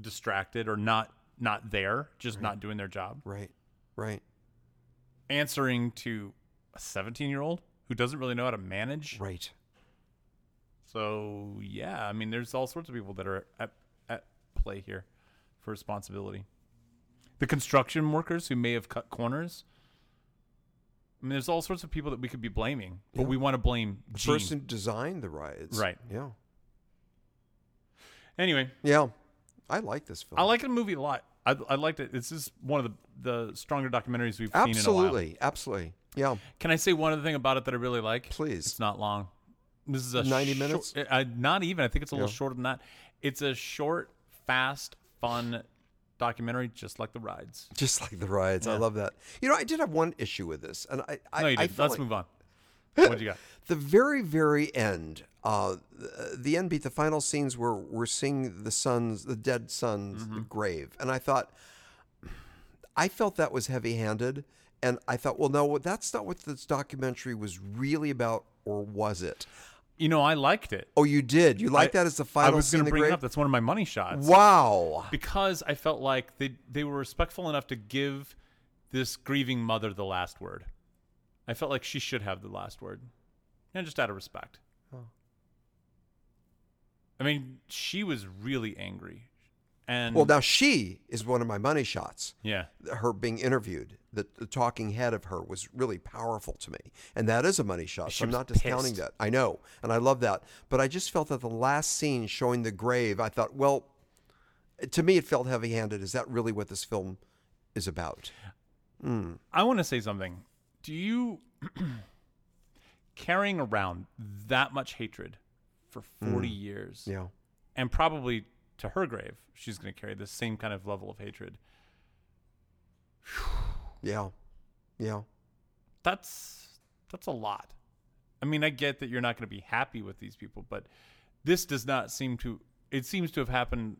A: Distracted or not not there, just not doing their job.
B: right, right,
A: answering to a 17 year old who doesn't really know how to manage.
B: right.
A: So, yeah, I mean, there's all sorts of people that are at, at play here for responsibility. The construction workers who may have cut corners. I mean, there's all sorts of people that we could be blaming, but
B: Yeah.
A: we want to blame
B: The
A: Gene.
B: person designed the rides,
A: Right.
B: Yeah,
A: Anyway,
B: yeah. I like this film.
A: I like the movie a lot. I, I liked it. This is one of the, the stronger documentaries we've seen in a while.
B: absolutely, absolutely. Yeah,
A: Can I say one other thing about it that I really like?
B: Please.
A: It's not long. This is a
B: 90
A: short-
B: minutes?
A: uh, not even. I think it's a little
B: Yeah.
A: shorter than that. It's a short, fast, fun documentary, just like the rides.
B: just like the rides. I love that. You know, I did have one issue with this, and I, I,
A: no, you
B: I
A: didn't.
B: felt
A: Let's
B: like-
A: move on. What'd you got?
B: the very very end uh th- the end beat the final scenes where we're seeing the son's the dead son's
A: Mm-hmm.
B: grave and i thought i felt that was heavy handed and i thought well no that's not what this documentary was really about or was it
A: You know, I liked it.
B: oh you did you like
A: I-
B: that as the
A: I
B: final
A: was
B: scene of
A: going
B: the
A: to bring it
B: grave
A: up. That's one of my money shots.
B: wow
A: because I felt like they they were respectful enough to give this grieving mother the last word. I felt like she should have the last word, and just out of respect. I mean, she was really angry, and
B: well now she is one of my money shots
A: yeah,
B: her being interviewed, the, the talking head of her was really powerful to me. And that is a money shot.
A: She
B: So I'm
A: was
B: not discounting
A: pissed.
B: that. I know. And I love that. But I just felt that the last scene showing the grave, I thought, well, to me, it felt heavy handed. Is that really what this film is about?
A: I want to say something. Do you carrying around that much hatred for forty years?
B: Mm. Yeah.
A: and probably to her grave, she's going to carry the same kind of level of hatred.
B: Yeah. Yeah.
A: That's that's a lot. I mean, I get that you're not going to be happy with these people, but this does not seem to. It seems to have happened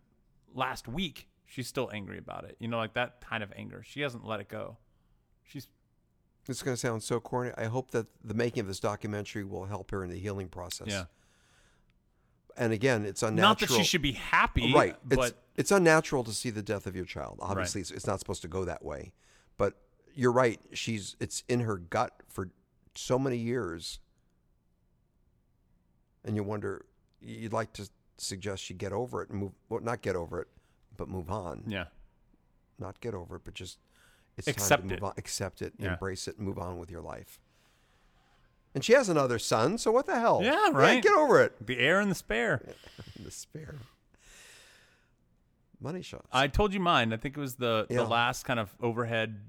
A: last week. She's still angry about it. You know, like that kind of anger. She hasn't let it go. She's
B: It's going to sound so corny. I hope that the making of this documentary will help her in the healing process.
A: yeah.
B: And again, it's unnatural.
A: Not that she should be happy,
B: right it's,
A: But
B: it's unnatural to see the death of your child obviously it's, it's not supposed to go that way but you're right she's it's in her gut for so many years and you wonder you'd like to suggest she get over it and move well not get over it but move on
A: yeah,
B: not get over it but just it's
A: Accept
B: time to move
A: it.
B: on accept it
A: Yeah.
B: embrace it and move on with your life and she has another son so what the hell
A: Yeah, right.
B: get over it
A: the air and the spare.
B: despair money shots
A: I told you mine. I think it was the
B: Yeah.
A: the last kind of overhead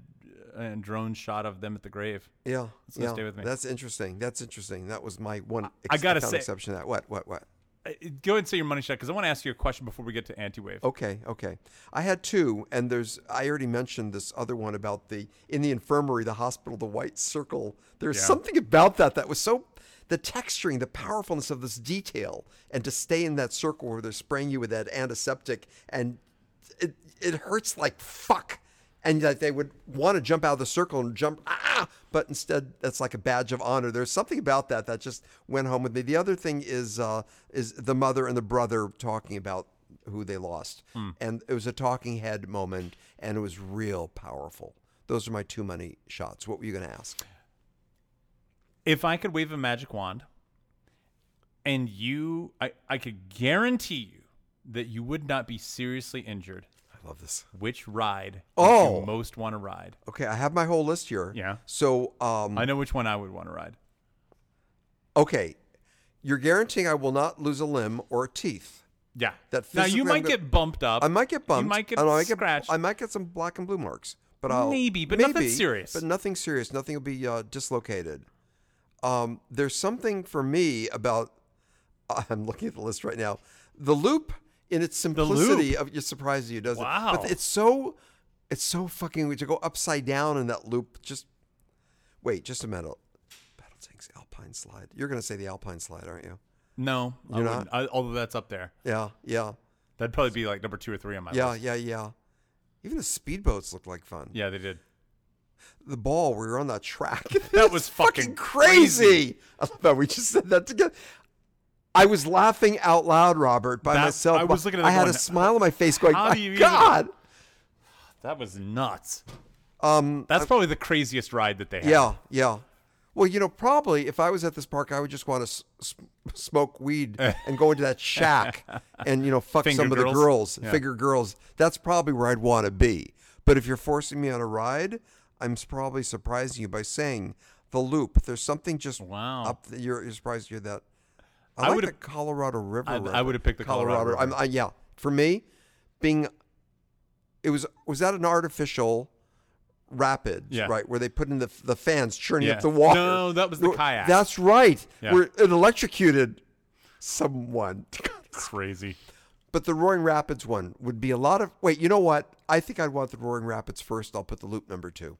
A: uh, and drone shot of them at the grave.
B: Yeah,
A: It's gonna
B: yeah,
A: stay with me.
B: That's interesting. That's interesting. That was my one. Ex-
A: I gotta
B: found
A: say-
B: exception to that. What? What? What?
A: Uh, go ahead and say your money shot because I want to ask you a question before we get to anti-wave.
B: Okay, okay. I had two, and there's. I already mentioned this other one about the in the infirmary, the hospital, the white circle. There's
A: Yeah.
B: something about that that was so. The texturing, the powerfulness of this detail, and to stay in that circle where they're spraying you with that antiseptic, and it it hurts like fuck. And that they would want to jump out of the circle and jump, ah! But instead, that's like a badge of honor. There's something about that that just went home with me. The other thing is uh, is the mother and the brother talking about who they lost, and it was a talking head moment, and it was real powerful. Those are my two money shots. What were you going to ask?
A: If I could wave a magic wand, and you, I, I could guarantee you that you would not be seriously injured.
B: I love this.
A: Which ride? would
B: Oh.
A: you most want to ride?
B: Okay, I have my whole list here.
A: Yeah.
B: So, um,
A: I know which one I would want to ride.
B: okay, you're guaranteeing I will not lose a limb or a teeth.
A: Yeah.
B: That
A: now you
B: physically
A: might
B: I'm gonna-
A: get bumped up.
B: I might get bumped.
A: You might get
B: I know,
A: scratched.
B: I might get some black and blue marks, but I'll
A: Maybe, but nothing
B: maybe,
A: serious.
B: But nothing serious. Nothing will be uh, dislocated. Um, there's something for me about. I'm looking at the list right now. The loop in its simplicity of it surprises you, doesn't it?
A: Wow.
B: But it's so, it's so fucking weird to go upside down in that loop. Just wait, just a minute. Battle tanks, Alpine slide. You're gonna say the Alpine slide, aren't you?
A: no, I
B: You're
A: wouldn't. I, although that's up there.
B: Yeah, yeah,
A: That'd probably be like number two or three on my
B: yeah,
A: list.
B: yeah, yeah. Even the speedboats looked like fun.
A: Yeah, they did.
B: the ball. We were on that track.
A: That was
B: It's
A: fucking
B: crazy. I love how we just said that together. I was laughing out loud, Robert, by
A: That-
B: myself.
A: I was looking at
B: I
A: that
B: had
A: going,
B: a smile on my face, going,
A: how
B: "My
A: do you even-"
B: God."
A: That was nuts.
B: Um,
A: That's probably the craziest ride that they had.
B: yeah, yeah. Well, you know, probably if I was at this park, I would just want to s- s- smoke weed and go into that shack and you know fuck
A: Eh. Finger
B: some of the
A: girls?
B: girls,
A: Yeah.
B: figure girls. That's probably where I'd want to be. But if you're forcing me on a ride, I'm s- probably surprising you by saying the loop. There's something just
A: Wow.
B: up. The, you're, you're surprised you're that.
A: Oh. I
B: I, like
A: would've-
B: the Colorado River.
A: I- I
B: River.
A: would've picked the Colorado River.
B: I'm, I, yeah, for me, being it was was that an artificial rapids,
A: Yeah.
B: right? Where they put in the the fans churning
A: Yeah.
B: up the water.
A: No, that was the
B: Where-
A: kayak.
B: That's right.
A: Yeah.
B: Where it electrocuted someone.
A: Crazy.
B: But the Roaring Rapids one would be a lot of wait. You know what? I think I'd want the Roaring Rapids first. I'll put the loop number two.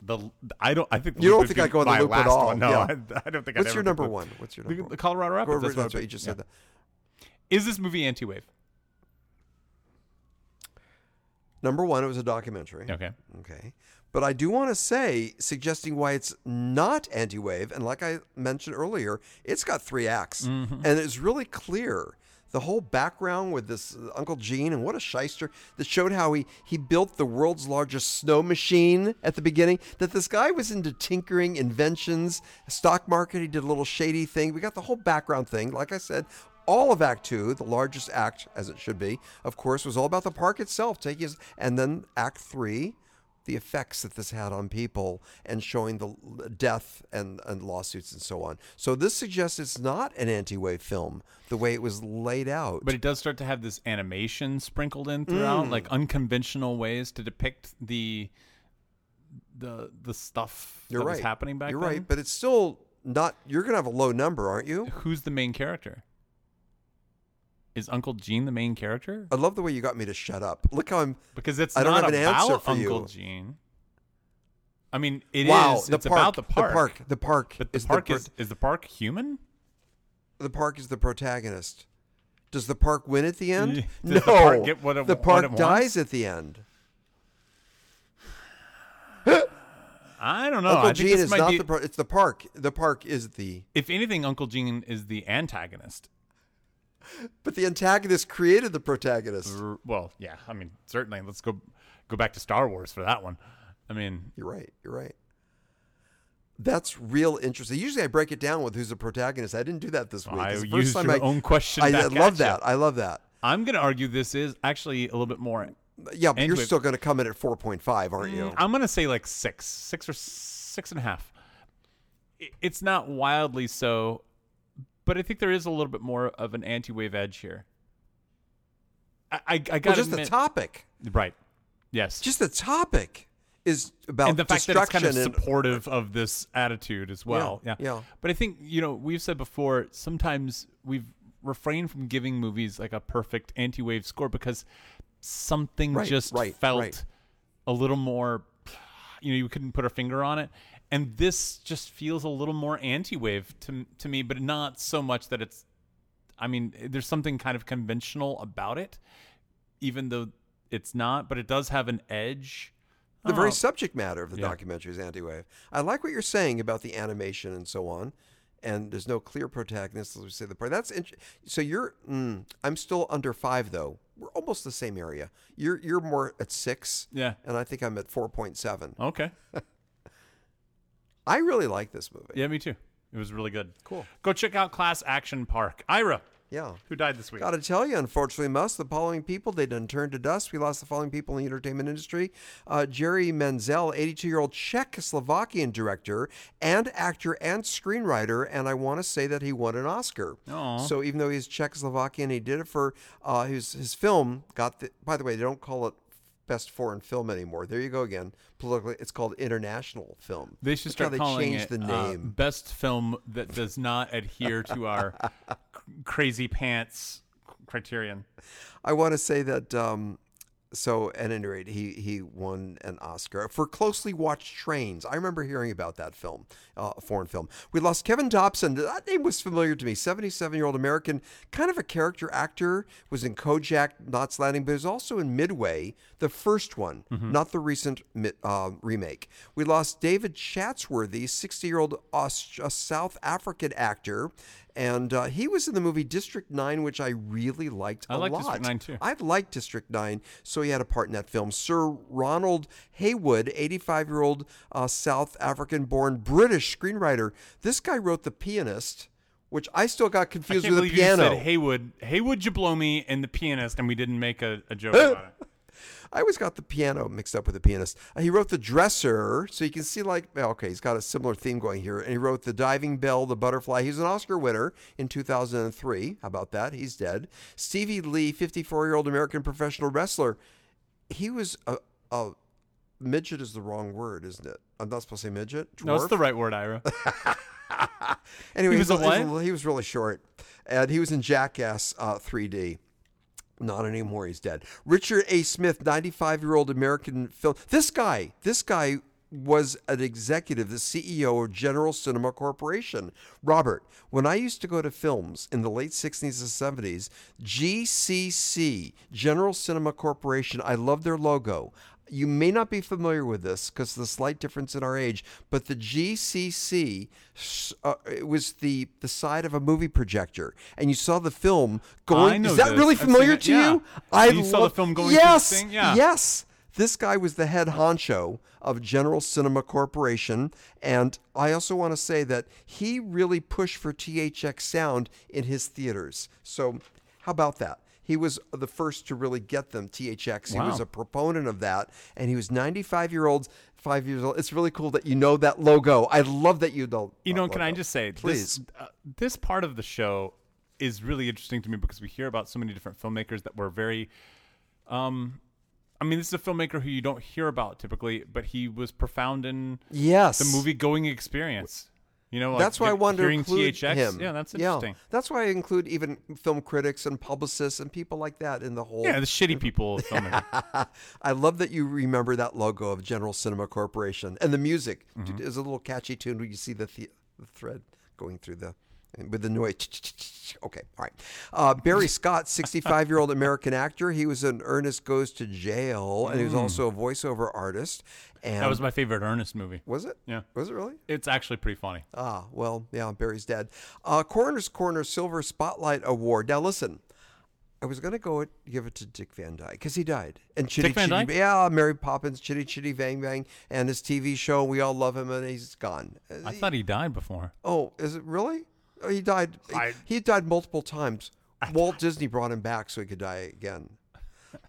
A: the I don't I think
B: You don't
A: would
B: think
A: be
B: I'd go on the
A: my
B: loop at
A: last
B: all,
A: One. No,
B: yeah.
A: I, I don't think. I'd
B: What's
A: ever
B: your
A: do
B: number
A: Loop.
B: one? What's your
A: The,
B: number
A: the
B: one?
A: Colorado Rapids.
B: Go over
A: that's what
B: that's
A: I'm
B: right. You just
A: yeah.
B: said that.
A: Is this movie anti-wave?
B: Number one, it was a documentary.
A: Okay.
B: Okay. But I do want to say, suggesting why it's not anti wave, and like I mentioned earlier, it's got three acts. And it's really clear the whole background with this uh, Uncle Gene and what a shyster that showed how he, he built the world's largest snow machine at the beginning. That this guy was into tinkering, inventions, stock market, he did a little shady thing. We got the whole background thing. Like I said, all of Act Two, the largest act as it should be, of course, was all about the park itself. Taking his, and then Act Three, the effects that this had on people, and showing the l- death and, and lawsuits and so on. So this suggests it's not an anti-wave film the way it was laid out.
A: But it does start to have this animation sprinkled in
B: Mm.
A: throughout, like unconventional ways to depict the the the stuff
B: you're
A: that
B: right.
A: was happening back
B: you're
A: then.
B: right. But it's still not. You're gonna have a low number, aren't you?
A: Who's the main character? Is Uncle Gene the main character?
B: I love the way you got me to shut up. Look how I'm.
A: Because it's
B: I don't
A: not
B: have an
A: about
B: answer for
A: Uncle
B: you.
A: Gene. I mean, it is.
B: wow, the
A: it's
B: park,
A: about the park.
B: The park. The park.
A: But the
B: is
A: park
B: pro-
A: is is the park human?
B: the park is the protagonist. Does the park win at the end?
A: Yeah.
B: no.
A: Does the park get what it-
B: The
A: what
B: park
A: it wants?
B: dies at the end.
A: I don't know. I
B: Uncle
A: think
B: Gene
A: this
B: is
A: might
B: not
A: be-
B: the pro- it's the park. The park is the
A: if anything, Uncle Gene is the antagonist.
B: but the antagonist created the protagonist.
A: R- Well, yeah. I mean, certainly. Let's go go back to Star Wars for that one. I mean,
B: You're right. You're right. That's real interesting. Usually I break it down with who's the protagonist. I didn't do that this week.
A: I
B: It's the first
A: used
B: time
A: your
B: I-
A: own question.
B: I, I
A: back
B: love
A: at
B: that.
A: you.
B: I love that.
A: I'm going to argue this is actually a little bit more.
B: Yeah, but you're
A: Anyway. Mm,
B: still going to come in at 4.5, aren't you?
A: I'm going to say like six, six or six and a half. I- It's not wildly so, but I think there is a little bit more of an anti-wave edge here. I, I, I got
B: Well, just
A: admit,
B: the topic.
A: right? Yes,
B: Just the topic is about
A: and the fact that it's kind of
B: Oh, destruction and-
A: supportive of this attitude as well.
B: Yeah,
A: Yeah,
B: yeah.
A: But I think you know we've said before. Sometimes we've refrained from giving movies like a perfect anti-wave score because something
B: Right,
A: just
B: right,
A: felt
B: right.
A: a little more. You know, you couldn't put a finger on it, and this just feels a little more anti-wave to to me, but not so much that it's. I mean, there's something kind of conventional about it, even though it's not. But it does have an edge.
B: the
A: Oh.
B: very subject matter of the
A: Yeah.
B: documentary is anti-wave. I like what you're saying about the animation and so on, and there's no clear protagonist. As we say, the part that's int- so you're. Mm, I'm still under five though. We're almost the same area. You're you're more at six,
A: Yeah.
B: and I think I'm at four point seven.
A: Okay.
B: I really like this movie.
A: Yeah, me too. It was really good.
B: Cool.
A: Go check out Class Action Park. Ira,
B: Yeah.
A: who died this week.
B: Got to tell you, unfortunately, most of the following people they done turned to dust. We lost the following people in the entertainment industry: uh, Jerry Menzel, 82-year-old Czechoslovakian director and actor and screenwriter, and I want to say that he won an Oscar.
A: Aw.
B: So even though he's Czechoslovakian, he did it for uh, his his film. Got the, by the way, they don't call it best foreign film anymore. There you go again. Politically, it's called international film.
A: They should
B: Look how
A: start calling
B: changed
A: it
B: the
A: uh,
B: name.
A: best film that does not adhere to our c- crazy pants c- criterion.
B: I want to say that. Um, so at any rate, he he won an Oscar for Closely Watched Trains. I remember hearing about that film, uh, a foreign film. We lost Kevin Dobson. That name was familiar to me. Seventy-seven-year-old American, kind of a character actor, was in Kojak, Knots Landing, but was also in Midway, the first one,
A: Mm-hmm.
B: not the recent mi- uh, remake. We lost David Chatsworthy, sixty-year-old Aus- a South African actor, and uh, he was in the movie District Nine, which I really liked
A: I
B: a
A: like
B: lot.
A: District 9 too.
B: I liked District 9, so he had a part in that film. Sir Ronald Haywood, 85 year old uh, South African born British screenwriter. This guy wrote The Pianist, which I still got
A: I
B: confused
A: can't
B: with The
A: believe you
B: Piano.
A: said Haywood, Haywood Jablomi, and the pianist, and we didn't make a, a joke about it.
B: I always got the piano mixed up with the pianist. Uh, He wrote The Dresser, so you can see, like, well, okay, he's got a similar theme going here. And he wrote The Diving Bell, The Butterfly. He's an Oscar winner in 2003. How about that? He's dead. Stevie Lee, 54 year old American professional wrestler. He was a, a midget, is the wrong word, isn't it? I'm not supposed to say midget.
A: No, it's
B: Dwarf?
A: the right word, Ira.
B: Anyway,
A: He was a
B: He was, he was really short, and he was in Jackass uh, 3D. Not anymore. He's dead. Richard A. Smith, 95 year old American film. This guy, this guy was an executive, the CEO of General Cinema Corporation. Robert, when I used to go to films in the late 60s and 70s, GCC, General Cinema Corporation, I love their logo. You may not be familiar with this because the slight difference in our age, but the GCC uh, it was the the side of a movie projector, and you saw the film
A: I
B: going.
A: know
B: Is that
A: this.
B: really
A: I've seen
B: familiar
A: it,
B: to
A: yeah.
B: you? I
A: You saw the
B: lo-
A: film going through the
B: Yes,
A: thing? Yeah.
B: yes. This guy was the head honcho of General Cinema Corporation. And I also want to say that he really pushed for THX sound in his theaters. So, how about that? He was the first to really get them THX. He was
A: Wow.
B: a proponent of that. And he was 95 year old, five years old. It's really cool that you know that logo. I love that you know.
A: you
B: that
A: know, can I
B: logo.
A: just say,
B: Please.
A: this, uh, this part of the show is really interesting to me because we hear about so many different filmmakers that were very. Um, I mean, this is a filmmaker who you don't hear about typically, but he was profound in
B: Yes.
A: the movie going experience. You know, like
B: that's why I
A: get-
B: wanted to
A: hearing
B: include
A: THX.
B: him.
A: Yeah, that's interesting.
B: that's why I include even film critics and publicists and people like that in the whole.
A: Yeah, the shitty people of filmmaking.
B: I love that you remember that logo of General Cinema Corporation and the music
A: Mm-hmm.
B: is a little catchy tune where you see the, the, the thread going through the with the noise. Okay, all right. Uh, Barry Scott, 65 year old American actor. He was in Ernest Goes to Jail, and he was also a voiceover artist. And
A: Mm. That was my favorite Ernest movie.
B: was it?
A: Yeah.
B: Was it really?
A: It's actually pretty funny.
B: Ah, well, yeah, Barry's dead. Uh, Coroner's Corner Silver Spotlight Award. Now, listen, I was going to go it, give it to Dick Van Dyke because he died. And Chitty
A: Dick Van
B: Chitty,
A: Dyke?
B: yeah, Mary Poppins, Chitty Chitty Bang Bang, and his TV show. We all love him, and he's gone. Uh,
A: I thought he died before.
B: oh, is it really? Oh, he died.
A: I-
B: he, he died multiple times. Walt Disney brought him back so he could die again.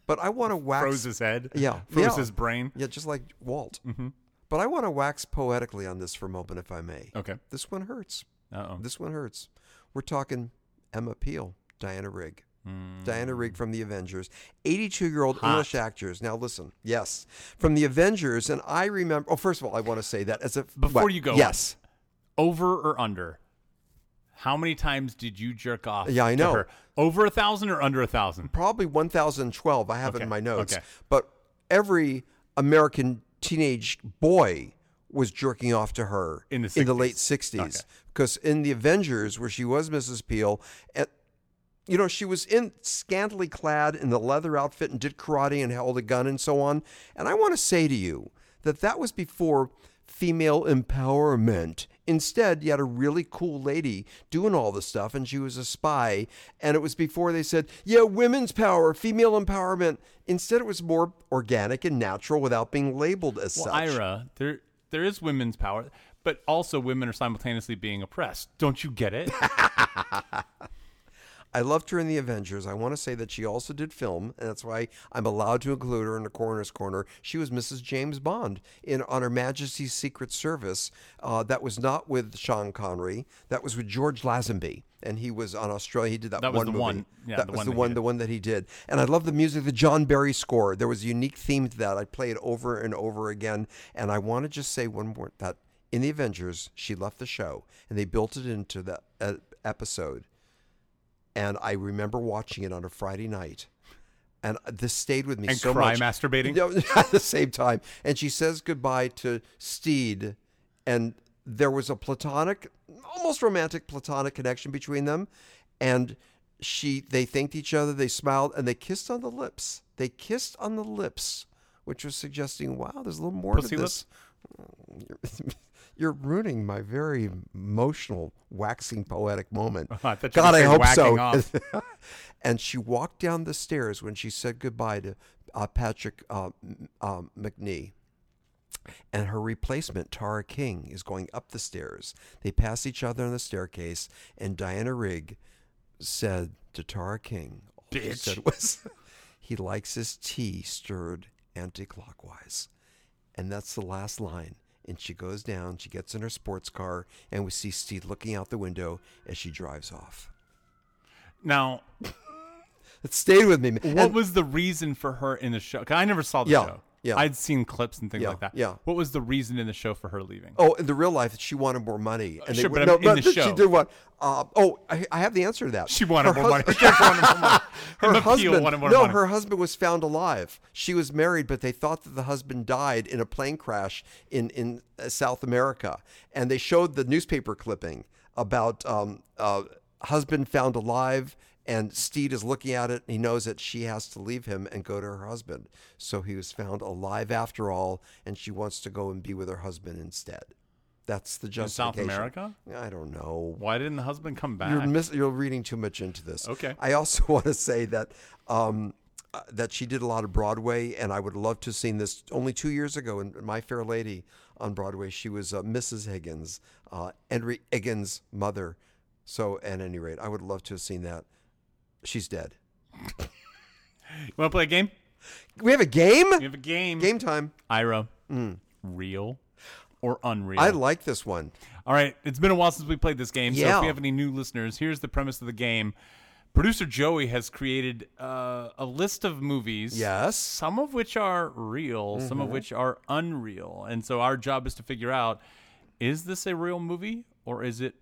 B: But I want to wax.
A: Froze his head.
B: Yeah,
A: Froze
B: yeah.
A: his brain.
B: Yeah, just like Walt.
A: Mm-hmm.
B: But I want to wax poetically on this for a moment, if I may.
A: Okay.
B: This one hurts.
A: Uh oh.
B: This one hurts. We're talking Emma Peel, Diana Rigg. Diana
A: Hmm.
B: Rigg from The Avengers, 82 year old English actors. Now, listen, yes, from The Avengers. And I remember, oh, first of all, I want to say that as a.
A: Before
B: what?
A: you go on.
B: Yes.
A: Over or under? How many times did you jerk off?
B: Yeah, I
A: to
B: know.
A: her? Over a thousand or under a thousand?
B: Probably 1012, I have it in
A: Okay,
B: my notes.
A: okay.
B: But every American teenage boy was jerking off to her
A: In the
B: late 60s. Because in The Avengers, where she was Mrs. Peel, eh, at, you know, she was in scantily clad in the leather outfit and did karate and held a gun and so on. And I want to say to you that that was before female empowerment. Instead, you had a really cool lady doing all the stuff, and she was a spy. And it was before they said, yeah, women's power, female empowerment. Instead, it was more organic and natural without being labeled as
A: Well,
B: such.
A: Ira, there there is women's power, but also women are simultaneously being oppressed. Don't you get it?
B: I loved her in the Avengers. I want to say that she also did film, and that's why I'm allowed to include her in the coroner's corner. She was Mrs. James Bond in on Her Majesty's Secret Service. Uh, that was not with Sean Connery. That was with George Lazenby, and he was on Australia. He did that,
A: That was
B: one
A: the
B: movie.
A: one. Yeah,
B: that
A: the
B: was
A: one
B: the
A: that he
B: one.
A: did.
B: The one that he did. And I love the music, the John Barry score. There was a unique theme to that. I play it over and over again. And I want to just say one more that in the Avengers, she left the show, and they built it into the uh, episode and I remember watching it on a Friday night. And this stayed with me
A: And
B: so
A: cry
B: much.
A: masturbating?
B: No, at the same time. And she says goodbye to Steed, and there was a platonic, almost romantic platonic connection between them. And she, they thanked each other, they smiled, and they kissed on the lips. They kissed on the lips, which was suggesting, wow, there's a little more
A: Pussy
B: to
A: lips?
B: this you're, you're ruining my very emotional, waxing poetic moment.
A: I thought you were
B: God, I
A: saying
B: hope so.
A: whacking
B: and she walked down the stairs when she said goodbye to uh, Patrick uh, m- um, McNee. And her replacement, Tara King, is going up the stairs. They pass each other on the staircase, and Diana Rigg said to Tara King, all she
A: Bitch.
B: said was, he likes his tea stirred anti-clockwise. And that's the last line. And she goes down, she gets in her sports car, and we see Steve looking out the window as she drives off.
A: now,
B: It stayed with me. man.
A: what
B: And-
A: was the reason for her in the show? 'Cause I never saw the
B: yeah,
A: show.
B: Yeah.
A: I'd seen clips and things
B: Yeah,
A: like that.
B: yeah.
A: What was the reason in the show for her leaving?
B: Oh, in the real life, she wanted more money. And
A: Uh, sure,
B: they,
A: but
B: no,
A: I'm in
B: no,
A: the
B: She
A: show.
B: did what? Uh, oh, I, I have the answer to that.
A: She wanted
B: Her
A: more money. She wanted more money.
B: Her
A: Emma Peel
B: husband,
A: wanted more
B: no,
A: money.
B: her husband was found alive. She was married, but they thought that the husband died in a plane crash in in uh, South America, and they showed the newspaper clipping about um, uh, husband found alive. And Steed is looking at it, and he knows that she has to leave him and go to her husband. So he was found alive after all, and she wants to go and be with her husband instead. That's the
A: South
B: justification.
A: America?
B: I don't know.
A: Why didn't the husband come back?
B: You're mis- you're reading too much into this.
A: Okay.
B: I also want to say that um, uh, that she did a lot of Broadway, and I would love to have seen this only two years ago in My Fair Lady on Broadway. She was uh, Mrs. Higgins, uh, Henry Higgins' mother. So, at any rate, I would love to have seen that. She's dead.
A: you want to play a game?
B: We have a game.
A: We have a game.
B: Game time.
A: Ira, real or unreal?
B: Mm. I like this one.
A: All right, it's been a while since we played this game. So
B: Yeah.
A: if we have any new listeners, here's the premise of the game. Producer Joey has created uh, a list of movies.
B: Yes.
A: Some of which are real, some
B: Mm-hmm.
A: of which are unreal. And so our job is to figure out is this a real movie or is it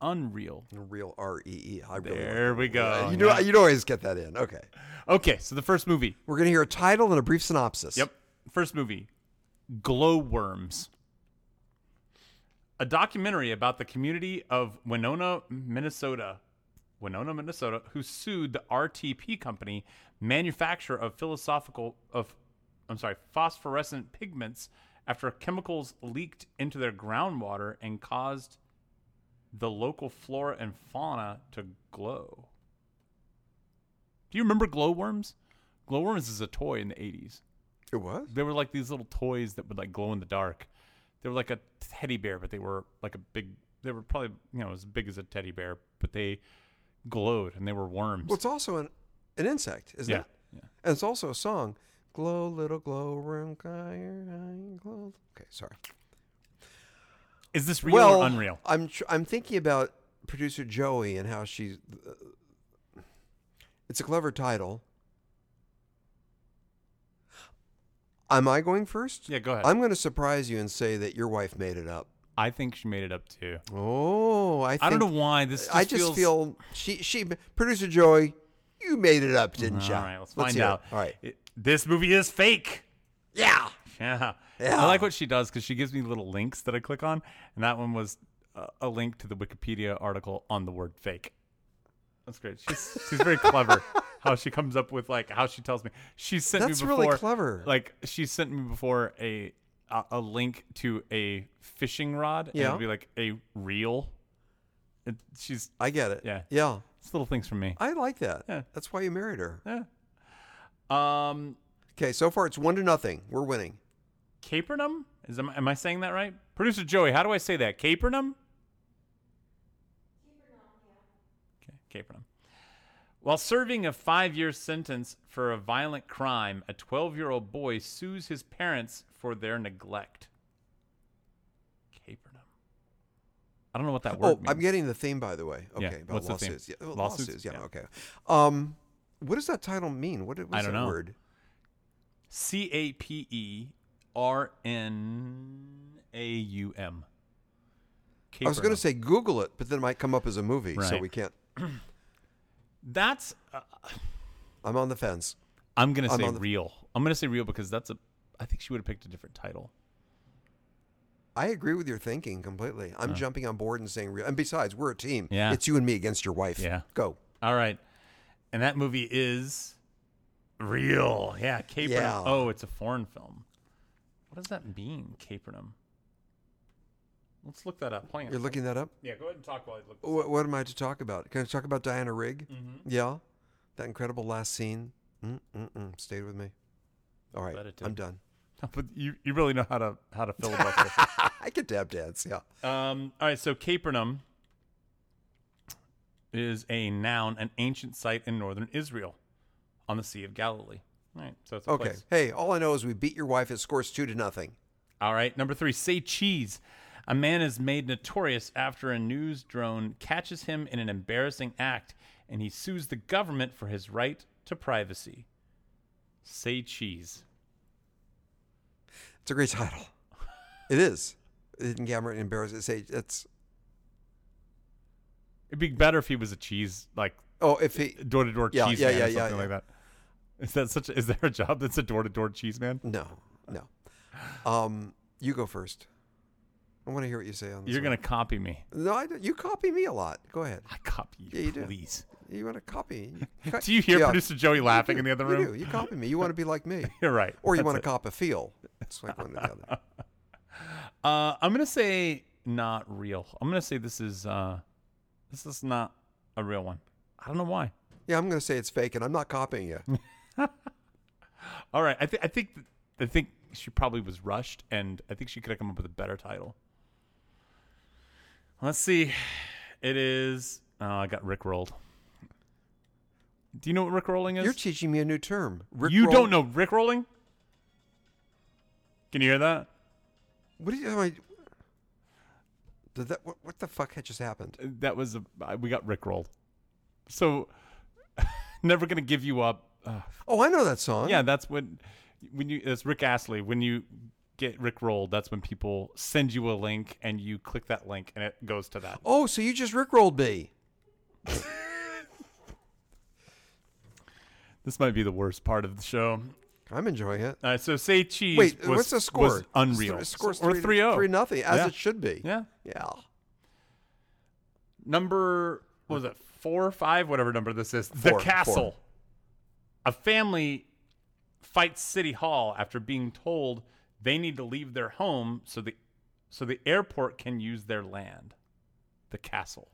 A: unreal?
B: Real R E E. I really. like
A: There we
B: that.
A: go.
B: You know, you'd always get that in. Okay.
A: Okay, so the first movie.
B: We're gonna hear a title and a brief synopsis.
A: Yep. First movie Glowworms. A documentary about the community of Winona, Minnesota. Winona, Minnesota, who sued the RTP company, manufacturer of philosophical of I'm sorry, phosphorescent pigments after chemicals leaked into their groundwater and caused the local flora and fauna to glow. Do you remember glowworms? Glowworms is a toy in the 80s
B: It was.
A: they were like these little toys that would like glow in the dark. They were like a teddy bear, but they were like a big. They were probably you know as big as a teddy bear, but they glowed and they were worms.
B: Well, it's also an, an insect, isn't
A: yeah,
B: it? And it's also a song. Glow, little glow, room, glow. Okay, sorry.
A: is this real
B: well,
A: or unreal?
B: I'm tr- I'm thinking about producer Joey and how she's. it's a clever title. Am I going first?
A: Yeah, go ahead. i
B: I'm going to surprise you and say that your wife made it up.
A: think she made it up too.
B: Oh, I. Think,
A: I don't know why this. Just
B: I just
A: feels,
B: feel she she producer Joey, you made it up, didn't
A: All
B: you?
A: right, let's find
B: hear it.
A: out.
B: All right.
A: It- this movie is fake.
B: Yeah.
A: Yeah.
B: Yeah.
A: I like what she does because she gives me little links that I click on, and that one was uh, a link to the Wikipedia article on the word fake. That's great. She's she's very clever. How she comes up with like how she tells me she sent
B: That's
A: me
B: really
A: before
B: clever.
A: like she sent me before a a, a link to a fishing rod and
B: Yeah.
A: it'd be like a reel. It, she's
B: I get it.
A: Yeah.
B: Yeah.
A: it's little things from me.
B: I like that.
A: Yeah.
B: That's why you married her.
A: Yeah. Um,
B: Okay, so far it's one to nothing. We're winning.
A: Capernum is am, am I saying that right? Producer Joey, how do I say that? Capernum. Okay, Capernum. While serving a five year sentence for a violent crime, a 12 year old boy sues his parents for their neglect. Capernum. I don't know what that word
B: Oh,
A: means.
B: I'm getting the theme by the way. Okay,
A: Yeah,
B: about
A: what's the theme?
B: lawsuits. Yeah, well,
A: Lawsuits?
B: lawsuits. Yeah,
A: Yeah.
B: okay. Um what does that title mean? What was
A: I don't
B: that
A: know.
B: word?
A: C A P E R N A U M.
B: I was going to say Google it, but then it might come up as a movie, so
A: Right.
B: we can't.
A: That's. Uh,
B: I'm on the fence.
A: I'm gonna say
B: on the-
A: real. I'm gonna say real because that's a. I think she would have picked a different title.
B: I agree with your thinking completely. I'm jumping on board and saying real. And besides, we're a team.
A: Yeah.
B: It's you and me against your wife.
A: Yeah.
B: Go.
A: All right, and that movie is real. Yeah, Capernum.
B: Yeah.
A: Oh, it's a foreign film. What does that mean, Capernum? Let's look that up. Hang
B: You're
A: on.
B: looking that up?
A: Yeah, go ahead and talk while I look. this
B: What, what am I to talk about? Can I talk about Diana Rigg?
A: Mm-hmm.
B: Yeah, that incredible last scene. Mm-mm-mm. Stayed with me. All right,
A: Bet it did.
B: I'm done.
A: up. But you, you really know how to how to filibuster.
B: I could dab dance. Yeah.
A: Um, all right, so Capernaum is a noun, an ancient site in northern Israel on the Sea of Galilee. All right, so it's a
B: Okay.
A: place.
B: Hey, all I know is we beat your wife. It scores two to nothing.
A: All right, number three, say cheese. A man is made notorious after a news drone catches him in an embarrassing act and he sues the government for his right to privacy. Say cheese.
B: It's a great title. It is. It can gammer and embarrass. It's a, it's
A: It'd be better if he was a cheese like
B: oh if he
A: door to door
B: Yeah,
A: cheese
B: yeah,
A: man
B: yeah,
A: or
B: yeah,
A: something like that. Is that such? Is there a job that's a door to door cheese man?
B: no no, um you go first. I want to hear what you say on this.
A: You're
B: one.
A: gonna copy me.
B: no I, don't- you copy me a lot. Go ahead.
A: I copy you.
B: Yeah, you do.
A: please.
B: You want to copy?
A: Do you hear
B: Yeah.
A: producer Joey laughing in the other
B: you
A: room?
B: do. You copy me. You want to be like me,
A: You're right.
B: or you
A: That's
B: want to
A: it.
B: cop a feel. It's like one or the other.
A: Uh, I'm gonna say not real. I'm gonna say this is uh, this is not a real one. I don't know why.
B: Yeah, I'm going to say it's fake, and I'm not copying you.
A: All right, I think I think I think she probably was rushed, and I think she could have come up with a better title. Let's see. It is. Oh, I got Rick rolled. Do you know what Rick rolling is?
B: You're teaching me a new term. Rick
A: you
B: roll-
A: don't know Rick rolling? Can you hear that?
B: What do you? Am I, did that? What, what the fuck had just happened?
A: that was a, I- we got rickrolled. So never gonna give you up. Uh,
B: Oh, I know that song.
A: yeah, that's when when you it's Rick Astley. When you get rickrolled, that's when people send you a link and you click that link and it goes to that.
B: Oh, so you just rickrolled me.
A: This might be the worst part of the show.
B: I'm enjoying it.
A: All right, so say cheese.
B: Wait,
A: was-
B: what's the
A: was
B: score? It's
A: unreal.
B: Th- score's
A: or oh.
B: three,
A: 3-0.
B: three nothing, as
A: Yeah.
B: it should be.
A: Yeah.
B: Yeah.
A: number what was it four or five whatever number this is
B: Four,
A: the castle a family fights city hall after being told they need to leave their home so the so the airport can use their land the castle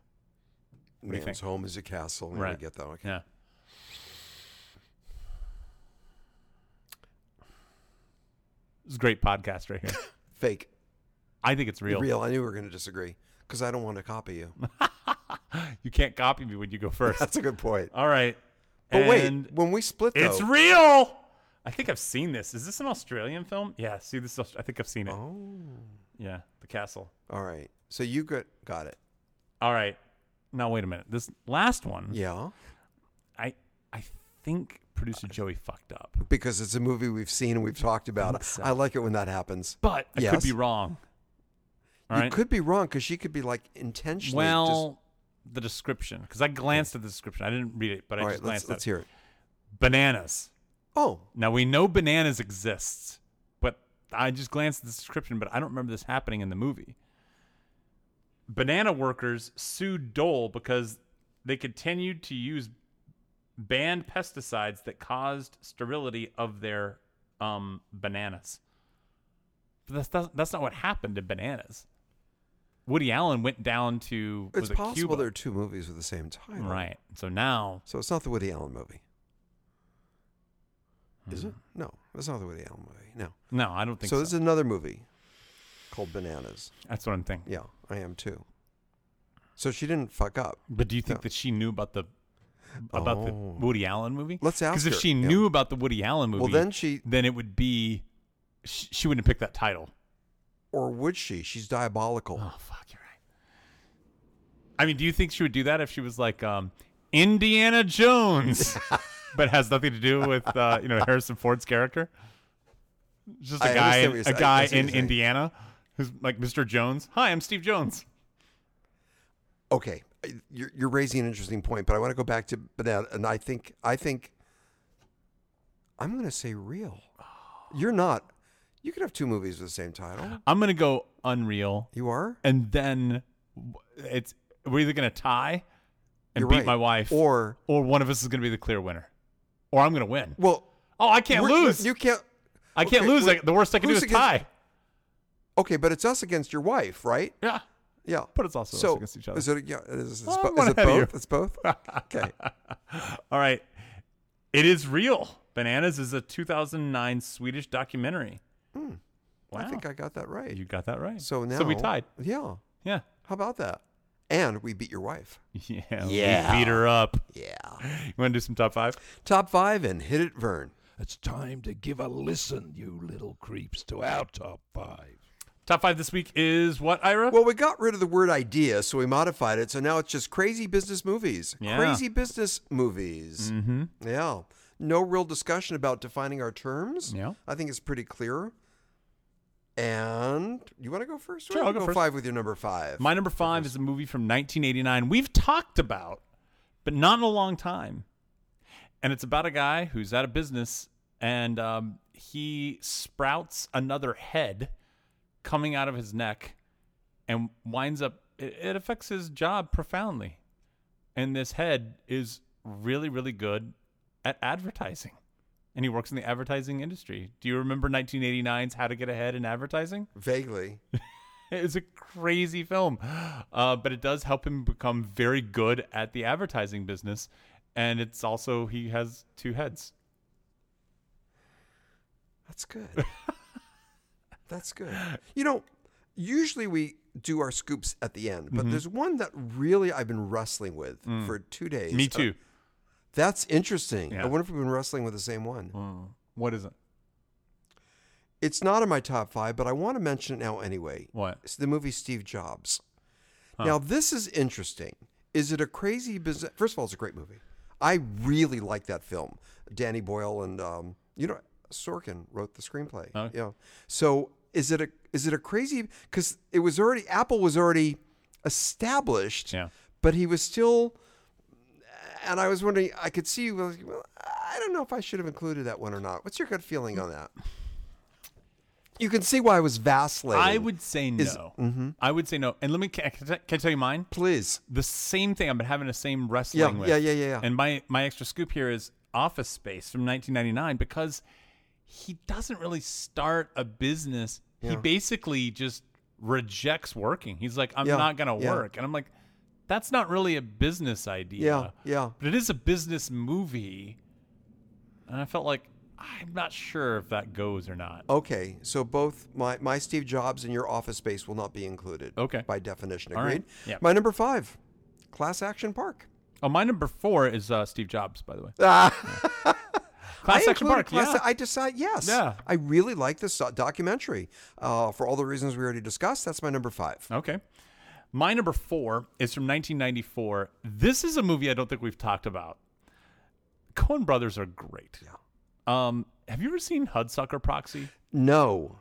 A: do you
B: Man's home is a castle. We're gonna
A: Right.
B: get that. one. Okay.
A: yeah it's a great podcast right here
B: Fake.
A: i think it's real.
B: Real. I knew we were going to disagree because I don't want to copy you.
A: you can't copy me when you go first
B: That's a good point.
A: all right
B: But
A: And-
B: wait, when we split, though,
A: It's real. I think I've seen this. Is this an Australian film? Yeah. See this? is Aust- I think I've seen it.
B: Oh.
A: Yeah, The Castle.
B: All right. So you got got it.
A: All right. Now wait a minute. This last one.
B: Yeah.
A: I I think producer Joey fucked up,
B: Because it's a movie we've seen and we've talked about. I like it when that happens.
A: but I could
B: Yes.
A: be wrong. All
B: you
A: right.
B: could be wrong because she could be like intentionally. just,
A: well, the description because I glanced at the description. I didn't read it, but I
B: all
A: just
B: right. Let's,
A: glanced
B: let's
A: at it.
B: hear it.
A: Bananas.
B: Oh,
A: Now we know bananas exists, but I just glanced at the description, but I don't remember this happening in the movie. Banana workers sued Dole because they continued to use banned pesticides that caused sterility of their um, bananas. But that's not, that's not what happened to bananas. Woody Allen went down to was
B: it's
A: it
B: possible
A: Cuba?
B: there are two movies with the same title.
A: right. So now
B: So it's not the Woody Allen movie. Is it? No, it's not the Woody Allen movie. No.
A: no, Hmm. I don't think
B: So
A: so.
B: this is another movie called Bananas.
A: that's what I'm thinking.
B: Yeah, I am too. So she didn't fuck up.
A: But do you think
B: Yeah.
A: that she knew about the about the
B: Oh.
A: Woody Allen movie?
B: Let's ask
A: Because if
B: her,
A: she
B: yeah.
A: knew about the Woody Allen movie,
B: Well, then she,
A: then it would be she, she wouldn't pick that title.
B: or would she? She's diabolical.
A: Oh fuck, you're right. I mean, do you think she would do that if she was like um, Indiana Jones, but has nothing to do with uh, you know Harrison Ford's character? Just a
B: I
A: guy,
B: understand what
A: in-
B: you're
A: a
B: saying. I
A: guy
B: see what
A: in
B: you're saying.
A: Indiana who's like Mr. Jones. Hi, I'm Steve Jones.
B: Okay, I- you're, you're raising an interesting point, but I want to go back to banana, and I think I think I'm going to say real. You're not. You could have two movies with the same title.
A: I'm gonna go Unreal.
B: You are.
A: and then w- it's we're either gonna tie and
B: You're
A: beat
B: right.
A: my wife, or,
B: Or
A: one of us is gonna be the clear winner, or I'm gonna win.
B: well,
A: Oh, I can't
B: we're-
A: lose.
B: You can't.
A: I can't
B: okay,
A: lose.
B: wait,
A: I, the worst I can do
B: who's
A: is
B: against-
A: tie.
B: Okay, but it's us against your wife, right?
A: Yeah,
B: Yeah.
A: but it's also
B: so
A: us against each other.
B: Is it? Yeah. Is, is,
A: Well, I'm
B: bo-
A: one
B: is it
A: ahead of you.
B: both? It's both. Okay.
A: All right, it is real. Bananas is a 2009 Swedish documentary. Wow,
B: Hmm. I think I got that right.
A: you got that right.
B: so now.
A: so we tied.
B: Yeah.
A: Yeah,
B: How about that? And we beat your wife.
A: yeah,
B: Yeah.
A: We beat her up.
B: Yeah.
A: You want to do some top five?
B: Top five and hit it, Vern.
C: It's time to give a listen, you little creeps, to our top five.
A: Top five this week is what, Ira?
B: Well, we got rid of the word idea, so we modified it. So now it's just crazy business movies.
A: Yeah. Mm.
B: Crazy business movies. Mm-hmm. Yeah. No real discussion about defining our terms.
A: Yeah.
B: I think it's pretty clear. And you want to go first? Or
A: Sure,
B: you
A: I'll go first.
B: five with your number five.
A: My number five is a movie from 1989 we've talked about, but not in a long time. And it's about a guy who's out of business and um, he sprouts another head coming out of his neck and winds up, it, it affects his job profoundly. And this head is really, really good at advertising. And he works in the advertising industry. Do you remember 1989's How to Get Ahead in Advertising?
B: Vaguely.
A: It's a crazy film, uh, but it does help him become very good at the advertising business, and it's also he has two heads.
B: That's good. That's good. You know, usually we do our scoops at the end, but
A: Mm-hmm.
B: there's one that really I've been wrestling with for two days.
A: Mm. Me
B: Uh,
A: too.
B: that's interesting.
A: Yeah.
B: I wonder if we've been wrestling with the same one.
A: What is it?
B: It's not in my top five, but I want to mention it now anyway.
A: What?
B: It's the movie Steve Jobs. Now, this is interesting. Is it a crazy business? First of all, it's a great movie. I really like that film. Danny Boyle and um, you know Sorkin wrote the screenplay. Yeah. So is it a is it a crazy? Because it was already Apple was already established.
A: Yeah.
B: But he was still. And I was wondering, I could see. Well, I don't know if I should have included that one or not. What's your gut feeling on that? You can see why I was vacillating.
A: I would say no. I would say no. And let me can, can I- can I tell you mine?
B: please.
A: The same thing I've been having the same wrestling
B: Yeah,
A: with.
B: yeah, yeah, yeah, yeah.
A: And my my extra scoop here is Office Space from 1999 because he doesn't really start a business. He basically just rejects working. He's like, I'm
B: Yeah,
A: not gonna
B: yeah.
A: work, and I'm like, that's not really a business idea.
B: Yeah, yeah.
A: But it is a business movie, and I felt like I'm not sure if that goes or not.
B: Okay, so both my, my Steve Jobs and your office space will not be included.
A: Okay.
B: By definition,
A: All
B: agreed?
A: right, yeah.
B: My number five, Class Action Park.
A: Oh, my number four is uh, Steve Jobs, by the way. Class
B: I
A: Action
B: included
A: Park.
B: Class-
A: yeah.
B: I decide, yes.
A: Yeah.
B: I really like this do- documentary. Uh, for all the reasons we already discussed, that's my number five.
A: Okay. My number four is from 1994. This is a movie I don't think we've talked about. Coen Brothers are great. Yeah. Um, have you ever seen Hudsucker Proxy?
B: No,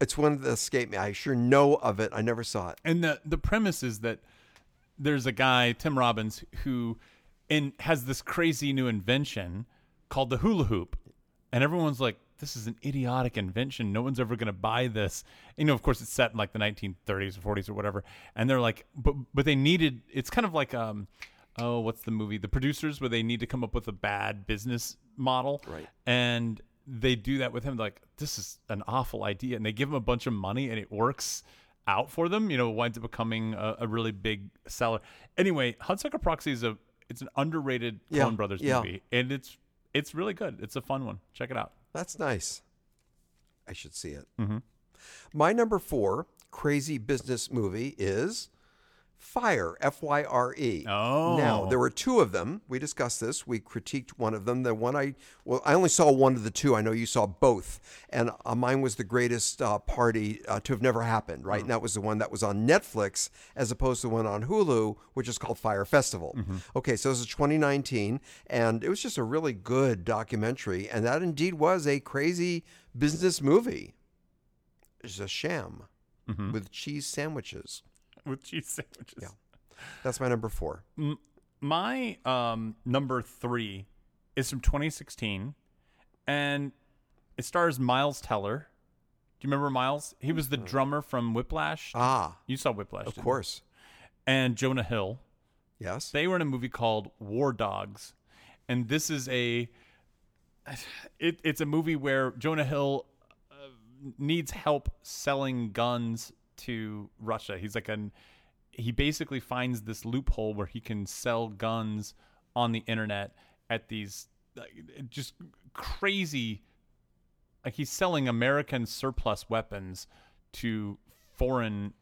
B: it's one that escaped me. I sure know of it. I never saw it.
A: And the the premise is that there's a guy Tim Robbins who and has this crazy new invention called the hula hoop, and everyone's like, "This is an idiotic invention. No one's ever going to buy this." You know, of course, it's set in like the 1930s or 40s or whatever, and they're like, "But but they needed." It's kind of like um. Oh, what's the movie? The producers where they need to come up with a bad business model,
B: Right.
A: And they do that with him. Like this is an awful idea, and they give him a bunch of money, and it works out for them. You know, it winds up becoming a, a really big seller. Anyway, Hudsucker Proxy is a it's an underrated
B: Yeah,
A: Coen Brothers
B: yeah.
A: movie, and it's it's really good. It's a fun one. Check it out.
B: That's nice. I should see it. My number four crazy business movie is Fire, F Y R E.
A: Oh.
B: Now, there were two of them. We discussed this. We critiqued one of them. The one I, well, I only saw one of the two. I know you saw both. And uh, mine was the greatest uh, party uh, to have never happened, right? And that was the one that was on Netflix as opposed to the one on Hulu, which is called Fire Festival. Okay, so this is 2019. And it was just a really good documentary. And that indeed was a crazy business movie is a sham
A: Mm-hmm.
B: with cheese sandwiches.
A: With cheese sandwiches.
B: That's my number four.
A: My um, number three is from 2016, and it stars Miles Teller. Do you remember Miles? He was the drummer from Whiplash.
B: Ah,
A: you saw Whiplash,
B: Mm-hmm. of
A: didn't you?
B: course.
A: And Jonah Hill.
B: Yes.
A: They were in a movie called War Dogs, and this is a it, it's a movie where Jonah Hill uh, needs help selling guns to Russia. He's like an he basically finds this loophole where he can sell guns on the internet at these like, just crazy like he's selling American surplus weapons to foreign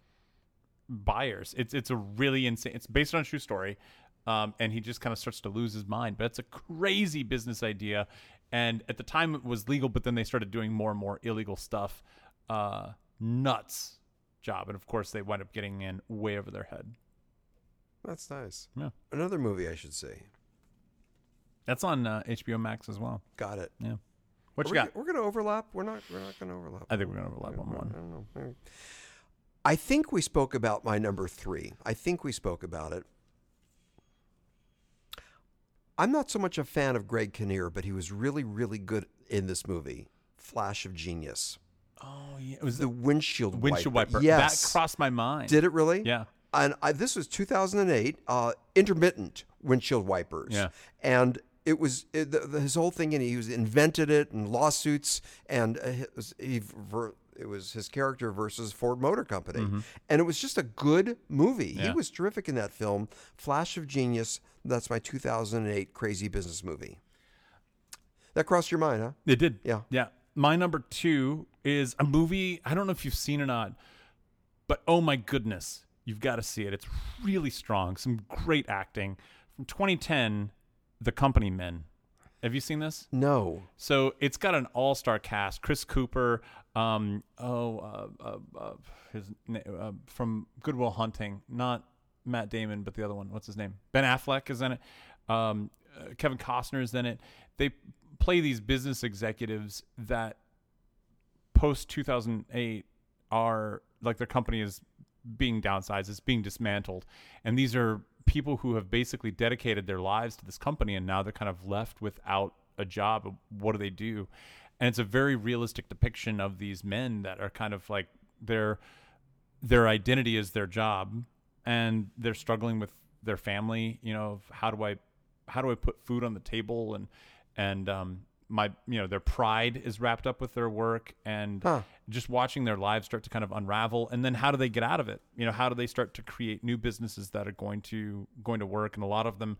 A: buyers. It's it's a really insane. It's based on a true story, um, and he just kind of starts to lose his mind. But it's a crazy business idea, and at the time it was legal, but then they started doing more and more illegal stuff. Uh, nuts job, and of course they wind up getting in way over their head.
B: That's nice.
A: Yeah,
B: Another movie I should see.
A: that's on uh, HBO Max as well.
B: Got it.
A: Yeah. What you
B: We're-
A: got?
B: We're going to overlap. We're not. We're not going to overlap.
A: I think we're gonna overlap on
B: I
A: one.
B: don't know. Maybe. I think we spoke about my number three. I think we spoke about it. I'm not so much a fan of Greg Kinnear, but he was really, really good in this movie, Flash of Genius.
A: Oh yeah, it was
B: The windshield wiper.
A: windshield wiper.
B: Yes.
A: That crossed my mind.
B: Did it really?
A: Yeah.
B: And I, this was 2008, uh, intermittent windshield wipers.
A: Yeah.
B: And it was it, the, the, his whole thing, and he was invented it and lawsuits, and uh, his, he ver, it was his character versus Ford Motor Company, and it was just a good movie. He
A: Mm-hmm. Yeah.
B: was terrific in that film, Flash of Genius. That's my 2008 crazy business movie. That crossed your mind, huh?
A: It did.
B: Yeah.
A: Yeah. My number two is a movie. I don't know if you've seen it or not, but oh my goodness, you've got to see it. It's really strong. Some great acting from 2010, The Company Men. Have you seen this?
B: No.
A: So it's got an all-star cast: Chris Cooper, um, oh, uh, uh, uh, his na- uh, from Goodwill Hunting, not Matt Damon, but the other one. What's his name? Ben Affleck is in it. Um, uh, Kevin Costner is in it. They play these business executives that post 2008 are like their company is being downsized, it's being dismantled. And these are people who have basically dedicated their lives to this company and now they're kind of left without a job. What do they do? And it's a very realistic depiction of these men that are kind of like their their identity is their job and they're struggling with their family, you know, of how do I how do I put food on the table and and um my you know their pride is wrapped up with their work and
B: Huh.
A: just watching their lives start to kind of unravel and then how do they get out of it you know how do they start to create new businesses that are going to going to work and a lot of them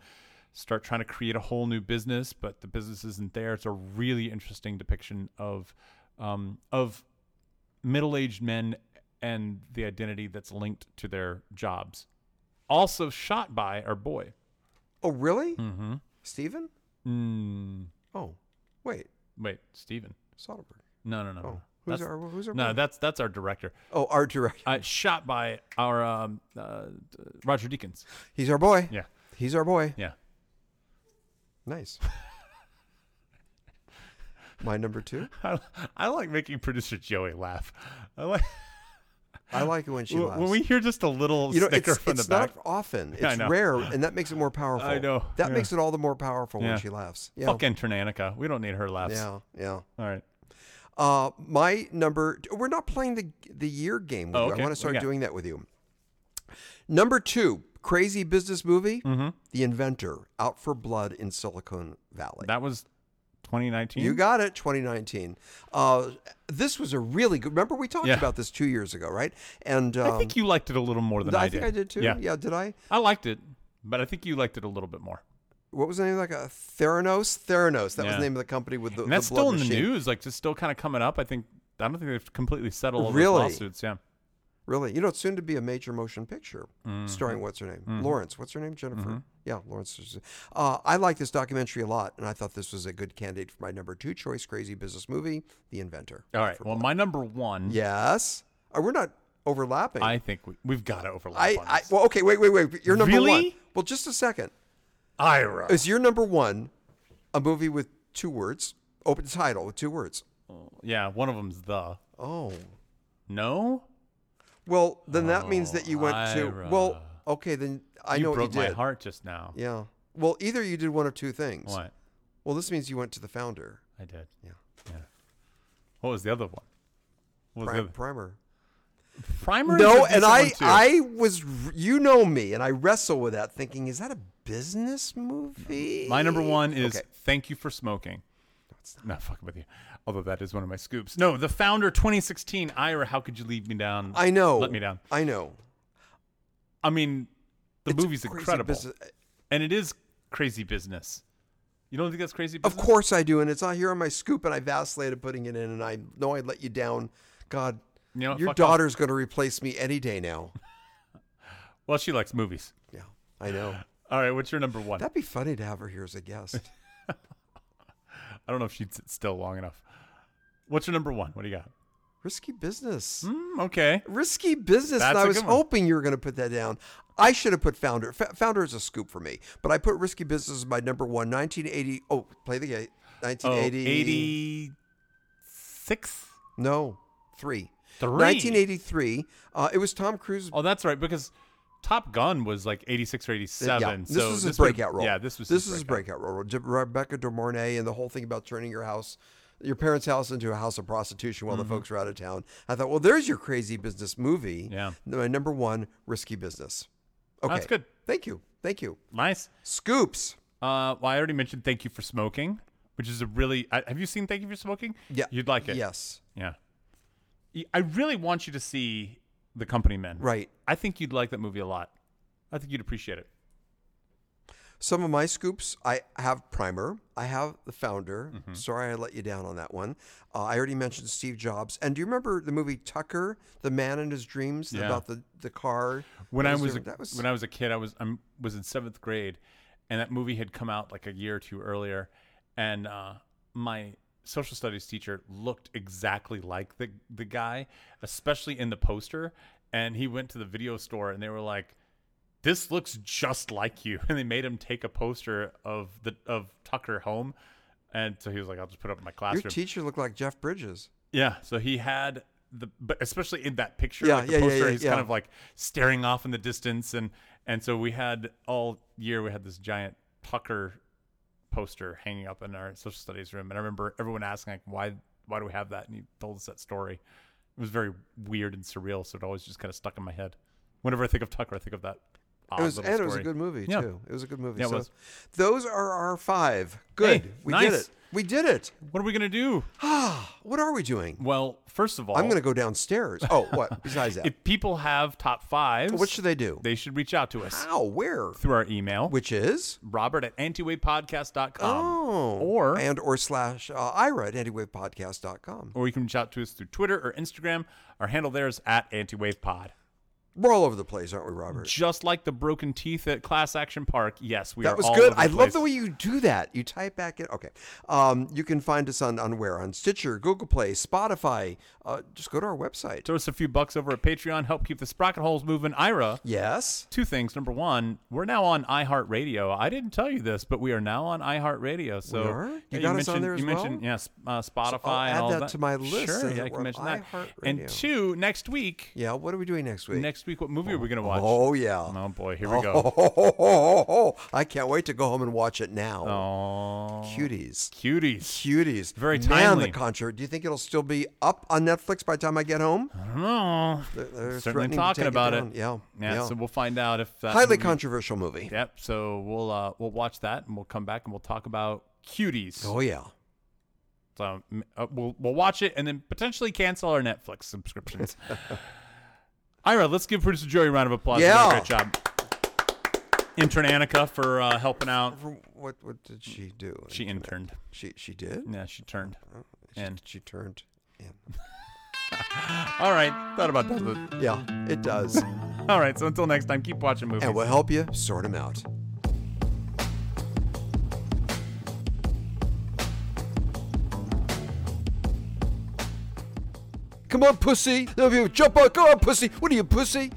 A: start trying to create a whole new business but the business isn't there it's a really interesting depiction of um, of middle-aged men and the identity that's linked to their jobs also shot by our boy
B: Oh, really? Mm-hmm. Steven?
A: mm,
B: Oh, wait,
A: wait steven
B: Soderbergh. Oh,
A: no no no no.
B: Who's
A: That's-
B: our? Who's our?
A: no that's that's our director
B: Oh, our director.
A: uh, shot by our um, uh, Roger Deakins.
B: He's our boy.
A: Yeah.
B: He's our boy.
A: Yeah.
B: Nice. My number two.
A: I, I like making producer Joey laugh. I like
B: I like it when she laughs.
A: when we hear just a little
B: you know,
A: snicker
B: it's,
A: from
B: it's
A: the back.
B: not often. It's
A: I know.
B: rare, and that makes it more powerful.
A: I know,
B: That
A: yeah.
B: makes it all the more powerful
A: Yeah.
B: when she laughs. Yeah.
A: Fucking Ternanica. We don't need her laughs.
B: Yeah. Yeah.
A: All right.
B: Uh, my number. We're not playing the the year game. With
A: Oh,
B: you. I want
A: okay.
B: to
A: What
B: start
A: you got?
B: doing that with you. Number two, crazy business movie,
A: Mm-hmm.
B: The Inventor, Out for Blood in Silicon Valley.
A: That was 2019.
B: You got it, 2019. Uh, this was a really good. Remember, we talked
A: Yeah.
B: about this two years ago, right? And um,
A: I think you liked it a little more than
B: I
A: I,
B: think
A: did.
B: I did too.
A: Yeah.
B: did I?
A: I liked it, but I think you liked it a little bit more.
B: What was the name? Like a Theranos. Theranos. That was
A: Yeah.
B: the name of the company with the.
A: And that's
B: the
A: still
B: blood
A: in the
B: machine.
A: news. Like, it's still kind of coming up. I think. I don't think they've completely settled all those
B: Really?
A: lawsuits. Yeah.
B: Really, you know, it's soon to be a major motion picture
A: Mm-hmm.
B: starring what's her name, Lawrence. What's her name, Jennifer? Yeah, Lawrence. Uh, I like this documentary a lot, and I thought this was a good candidate for my number two choice, crazy business movie, The Inventor.
A: All right. Well, my number one.
B: Yes, Uh, we're not overlapping.
A: I think we, we've got to overlap.
B: I,
A: on
B: I
A: this.
B: well, okay, wait, wait, wait. You're number one.
A: Really?
B: Well, just a second.
A: Ira.
B: Is your number one a movie with two words, open title with two words?
A: Yeah, one of them's the.
B: Oh,
A: No?
B: well, then that means that you went to.
A: Oh, Ira.
B: Well, okay, then I
A: you
B: know
A: broke
B: what you
A: my
B: did.
A: heart just now.
B: Yeah. Well, either you did one of two things.
A: What?
B: Well, this means you went to the founder.
A: I did.
B: Yeah.
A: Yeah. What was the other one? What was
B: Pri-
A: the other?
B: primer.
A: Primer? is
B: No,
A: a
B: and
A: decent one,
B: I,
A: too.
B: I was, r- you know me, and I wrestle with that, thinking, is that a business movie?
A: My number one is
B: Okay.
A: Thank You for Smoking. Not fucking with you. Although that is one of my scoops. No, the founder 2016, Ira, how could you leave me down?
B: I know.
A: Let me down.
B: I know.
A: I mean, the
B: It's
A: movie's
B: crazy
A: incredible.
B: business-
A: And it is crazy business. You don't think that's crazy
B: Of
A: business?
B: course I do, and it's not here on my scoop, and I vacillated putting it in, and I know I let you down. God,
A: You know what?
B: your
A: Fuck off.
B: daughter's going to replace me any day now.
A: Well, she likes movies.
B: Yeah, I know.
A: All right, what's your number one?
B: That'd be funny to have her here as a guest.
A: I don't know if she'd sit still long enough. What's your number one? What do you got?
B: Risky business.
A: Mm, okay.
B: Risky business. and
A: That's
B: I
A: a
B: was
A: good one.
B: hoping you were going to put that down. I should have put Founder. F- Founder is a scoop for me, but I put Risky Business as my number one. 1980. Oh, play the gate.
A: Oh,
B: 1980.
A: 80. six,
B: No, three.
A: three.
B: 1983. Uh, it was Tom Cruise.
A: Oh, that's right. Because Top Gun was like 86 or 87.
B: yeah, this
A: so
B: was his
A: would-
B: breakout role.
A: Yeah, this was
B: this
A: his
B: is his breakout role. De- Rebecca De Mornay and the whole thing about turning your house, your parents' house, into a house of prostitution while
A: Mm-hmm.
B: the folks were out of town. I thought, well, there's your crazy business movie.
A: Yeah.
B: My number one risky business. Okay,
A: That's good.
B: Thank you, thank you.
A: Nice.
B: Scoops.
A: Uh, well, I already mentioned Thank You for Smoking, which is a really. I, have you seen Thank You for Smoking?
B: Yeah,
A: You'd like it.
B: Yes,
A: Yeah. Y- I really want you to see The Company Men.
B: right.
A: I think you'd like that movie a lot. I think you'd appreciate it.
B: Some of my scoops, I have Primer. I have The Founder.
A: Mm-hmm.
B: Sorry I let you down on that one. Uh, I already mentioned Steve Jobs. And do you remember the movie Tucker, The Man and His Dreams,
A: Yeah.
B: about the, the car?
A: When
B: that
A: I was,
B: there-
A: a,
B: that was
A: when I was a kid, I was I was in seventh grade, and that movie had come out like a year or two earlier, and uh, my social studies teacher looked exactly like the the guy, especially in the poster. And he went to the video store, and they were like, "This looks just like you," and they made him take a poster of the of Tucker home. And so he was like, "I'll just put it up in my classroom."
B: your teacher looked like Jeff Bridges.
A: Yeah. So he had the, but especially in that picture,
B: Yeah,
A: like the
B: yeah, yeah,
A: poster,
B: yeah,
A: he's
B: yeah.
A: kind of like staring off in the distance, and and so we had all year we had this giant Tucker poster hanging up in our social studies room, and I remember everyone asking like, why why do we have that? And he told us that story. It was very weird and surreal, so it always just kind of stuck in my head. Whenever I think of Tucker, I think of that. Odd
B: It was, and
A: little
B: it was a
A: story.
B: good movie,
A: Yeah.
B: too. It was a good movie.
A: Yeah, it
B: so
A: was.
B: Those are our five. Good. we did
A: nice.
B: it. We did it.
A: What are we gonna do?
B: What are we doing?
A: Well, first of all,
B: I'm going to go downstairs. Oh, what? Besides that,
A: if people have top fives,
B: what should they do?
A: they should reach out to us
B: How? Where?
A: through our email.
B: Which is?
A: robert at antiwaypodcast.com.
B: Oh.
A: Or-
B: and or slash uh, Ira at antiwavepodcast.com.
A: Or you can reach out to us through Twitter or Instagram. Our handle there is at antiwavepod.
B: We're all over the place, aren't we, Robert?
A: Just like the broken teeth at Class Action Park. Yes, we are
B: That was
A: all
B: good.
A: over
B: I love
A: place.
B: the way you do that. You type back in. Okay. Um, you can find us on, on where? On Stitcher, Google Play, Spotify. Uh, just go to our website.
A: Throw us a few bucks over at Patreon. Help keep the sprocket holes moving. Ira,
B: Yes.
A: two things. Number one, we're now on iHeartRadio. I didn't tell you this, but we are now on iHeartRadio. So
B: We are? You
A: Yeah,
B: got
A: you
B: us on
A: mentioned-
B: there as
A: you mentioned,
B: well?
A: yes, uh, Spotify.
B: add
A: and all
B: that
A: that,
B: to my list
A: Sure,
B: and
A: yeah,
B: we're
A: I can
B: on
A: mention that.
B: iHeartRadio.
A: And two, next week,
B: Yeah. What are we doing next week?
A: next week, what movie are we going to watch?
B: Oh, yeah.
A: Oh boy, here we go.
B: I can't wait to go home and watch it now.
A: Oh,
B: Cuties.
A: cuties.
B: Cuties.
A: Very
B: Man,
A: timely.
B: the concert. Do you think it'll still be up on Netflix by the time I get home?
A: I don't know.
B: They're- they're
A: Uh, Certainly
B: threatening to
A: talking
B: take
A: about it.
B: down. Yeah.
A: yeah. So we'll find out if that's
B: Highly controversial movie.
A: Yep. So we'll uh, we'll watch that and we'll come back and we'll talk about cuties.
B: Oh yeah.
A: So m- uh, we'll we'll watch it and then potentially cancel our Netflix subscriptions. Ira, let's give producer Joey a round of applause. You did a
B: Yeah.
A: Great job. Intern Annika for uh, helping out.
B: What what did she do?
A: She interned.
B: she she did.
A: Yeah, she turned.
B: She,
A: And
B: she turned. In.
A: all right, thought about that.
B: Yeah, it does.
A: All right, so until next time, keep watching movies.
B: and we'll help you sort them out. Come on, pussy. Jump on. Come on, pussy. What are you, pussy?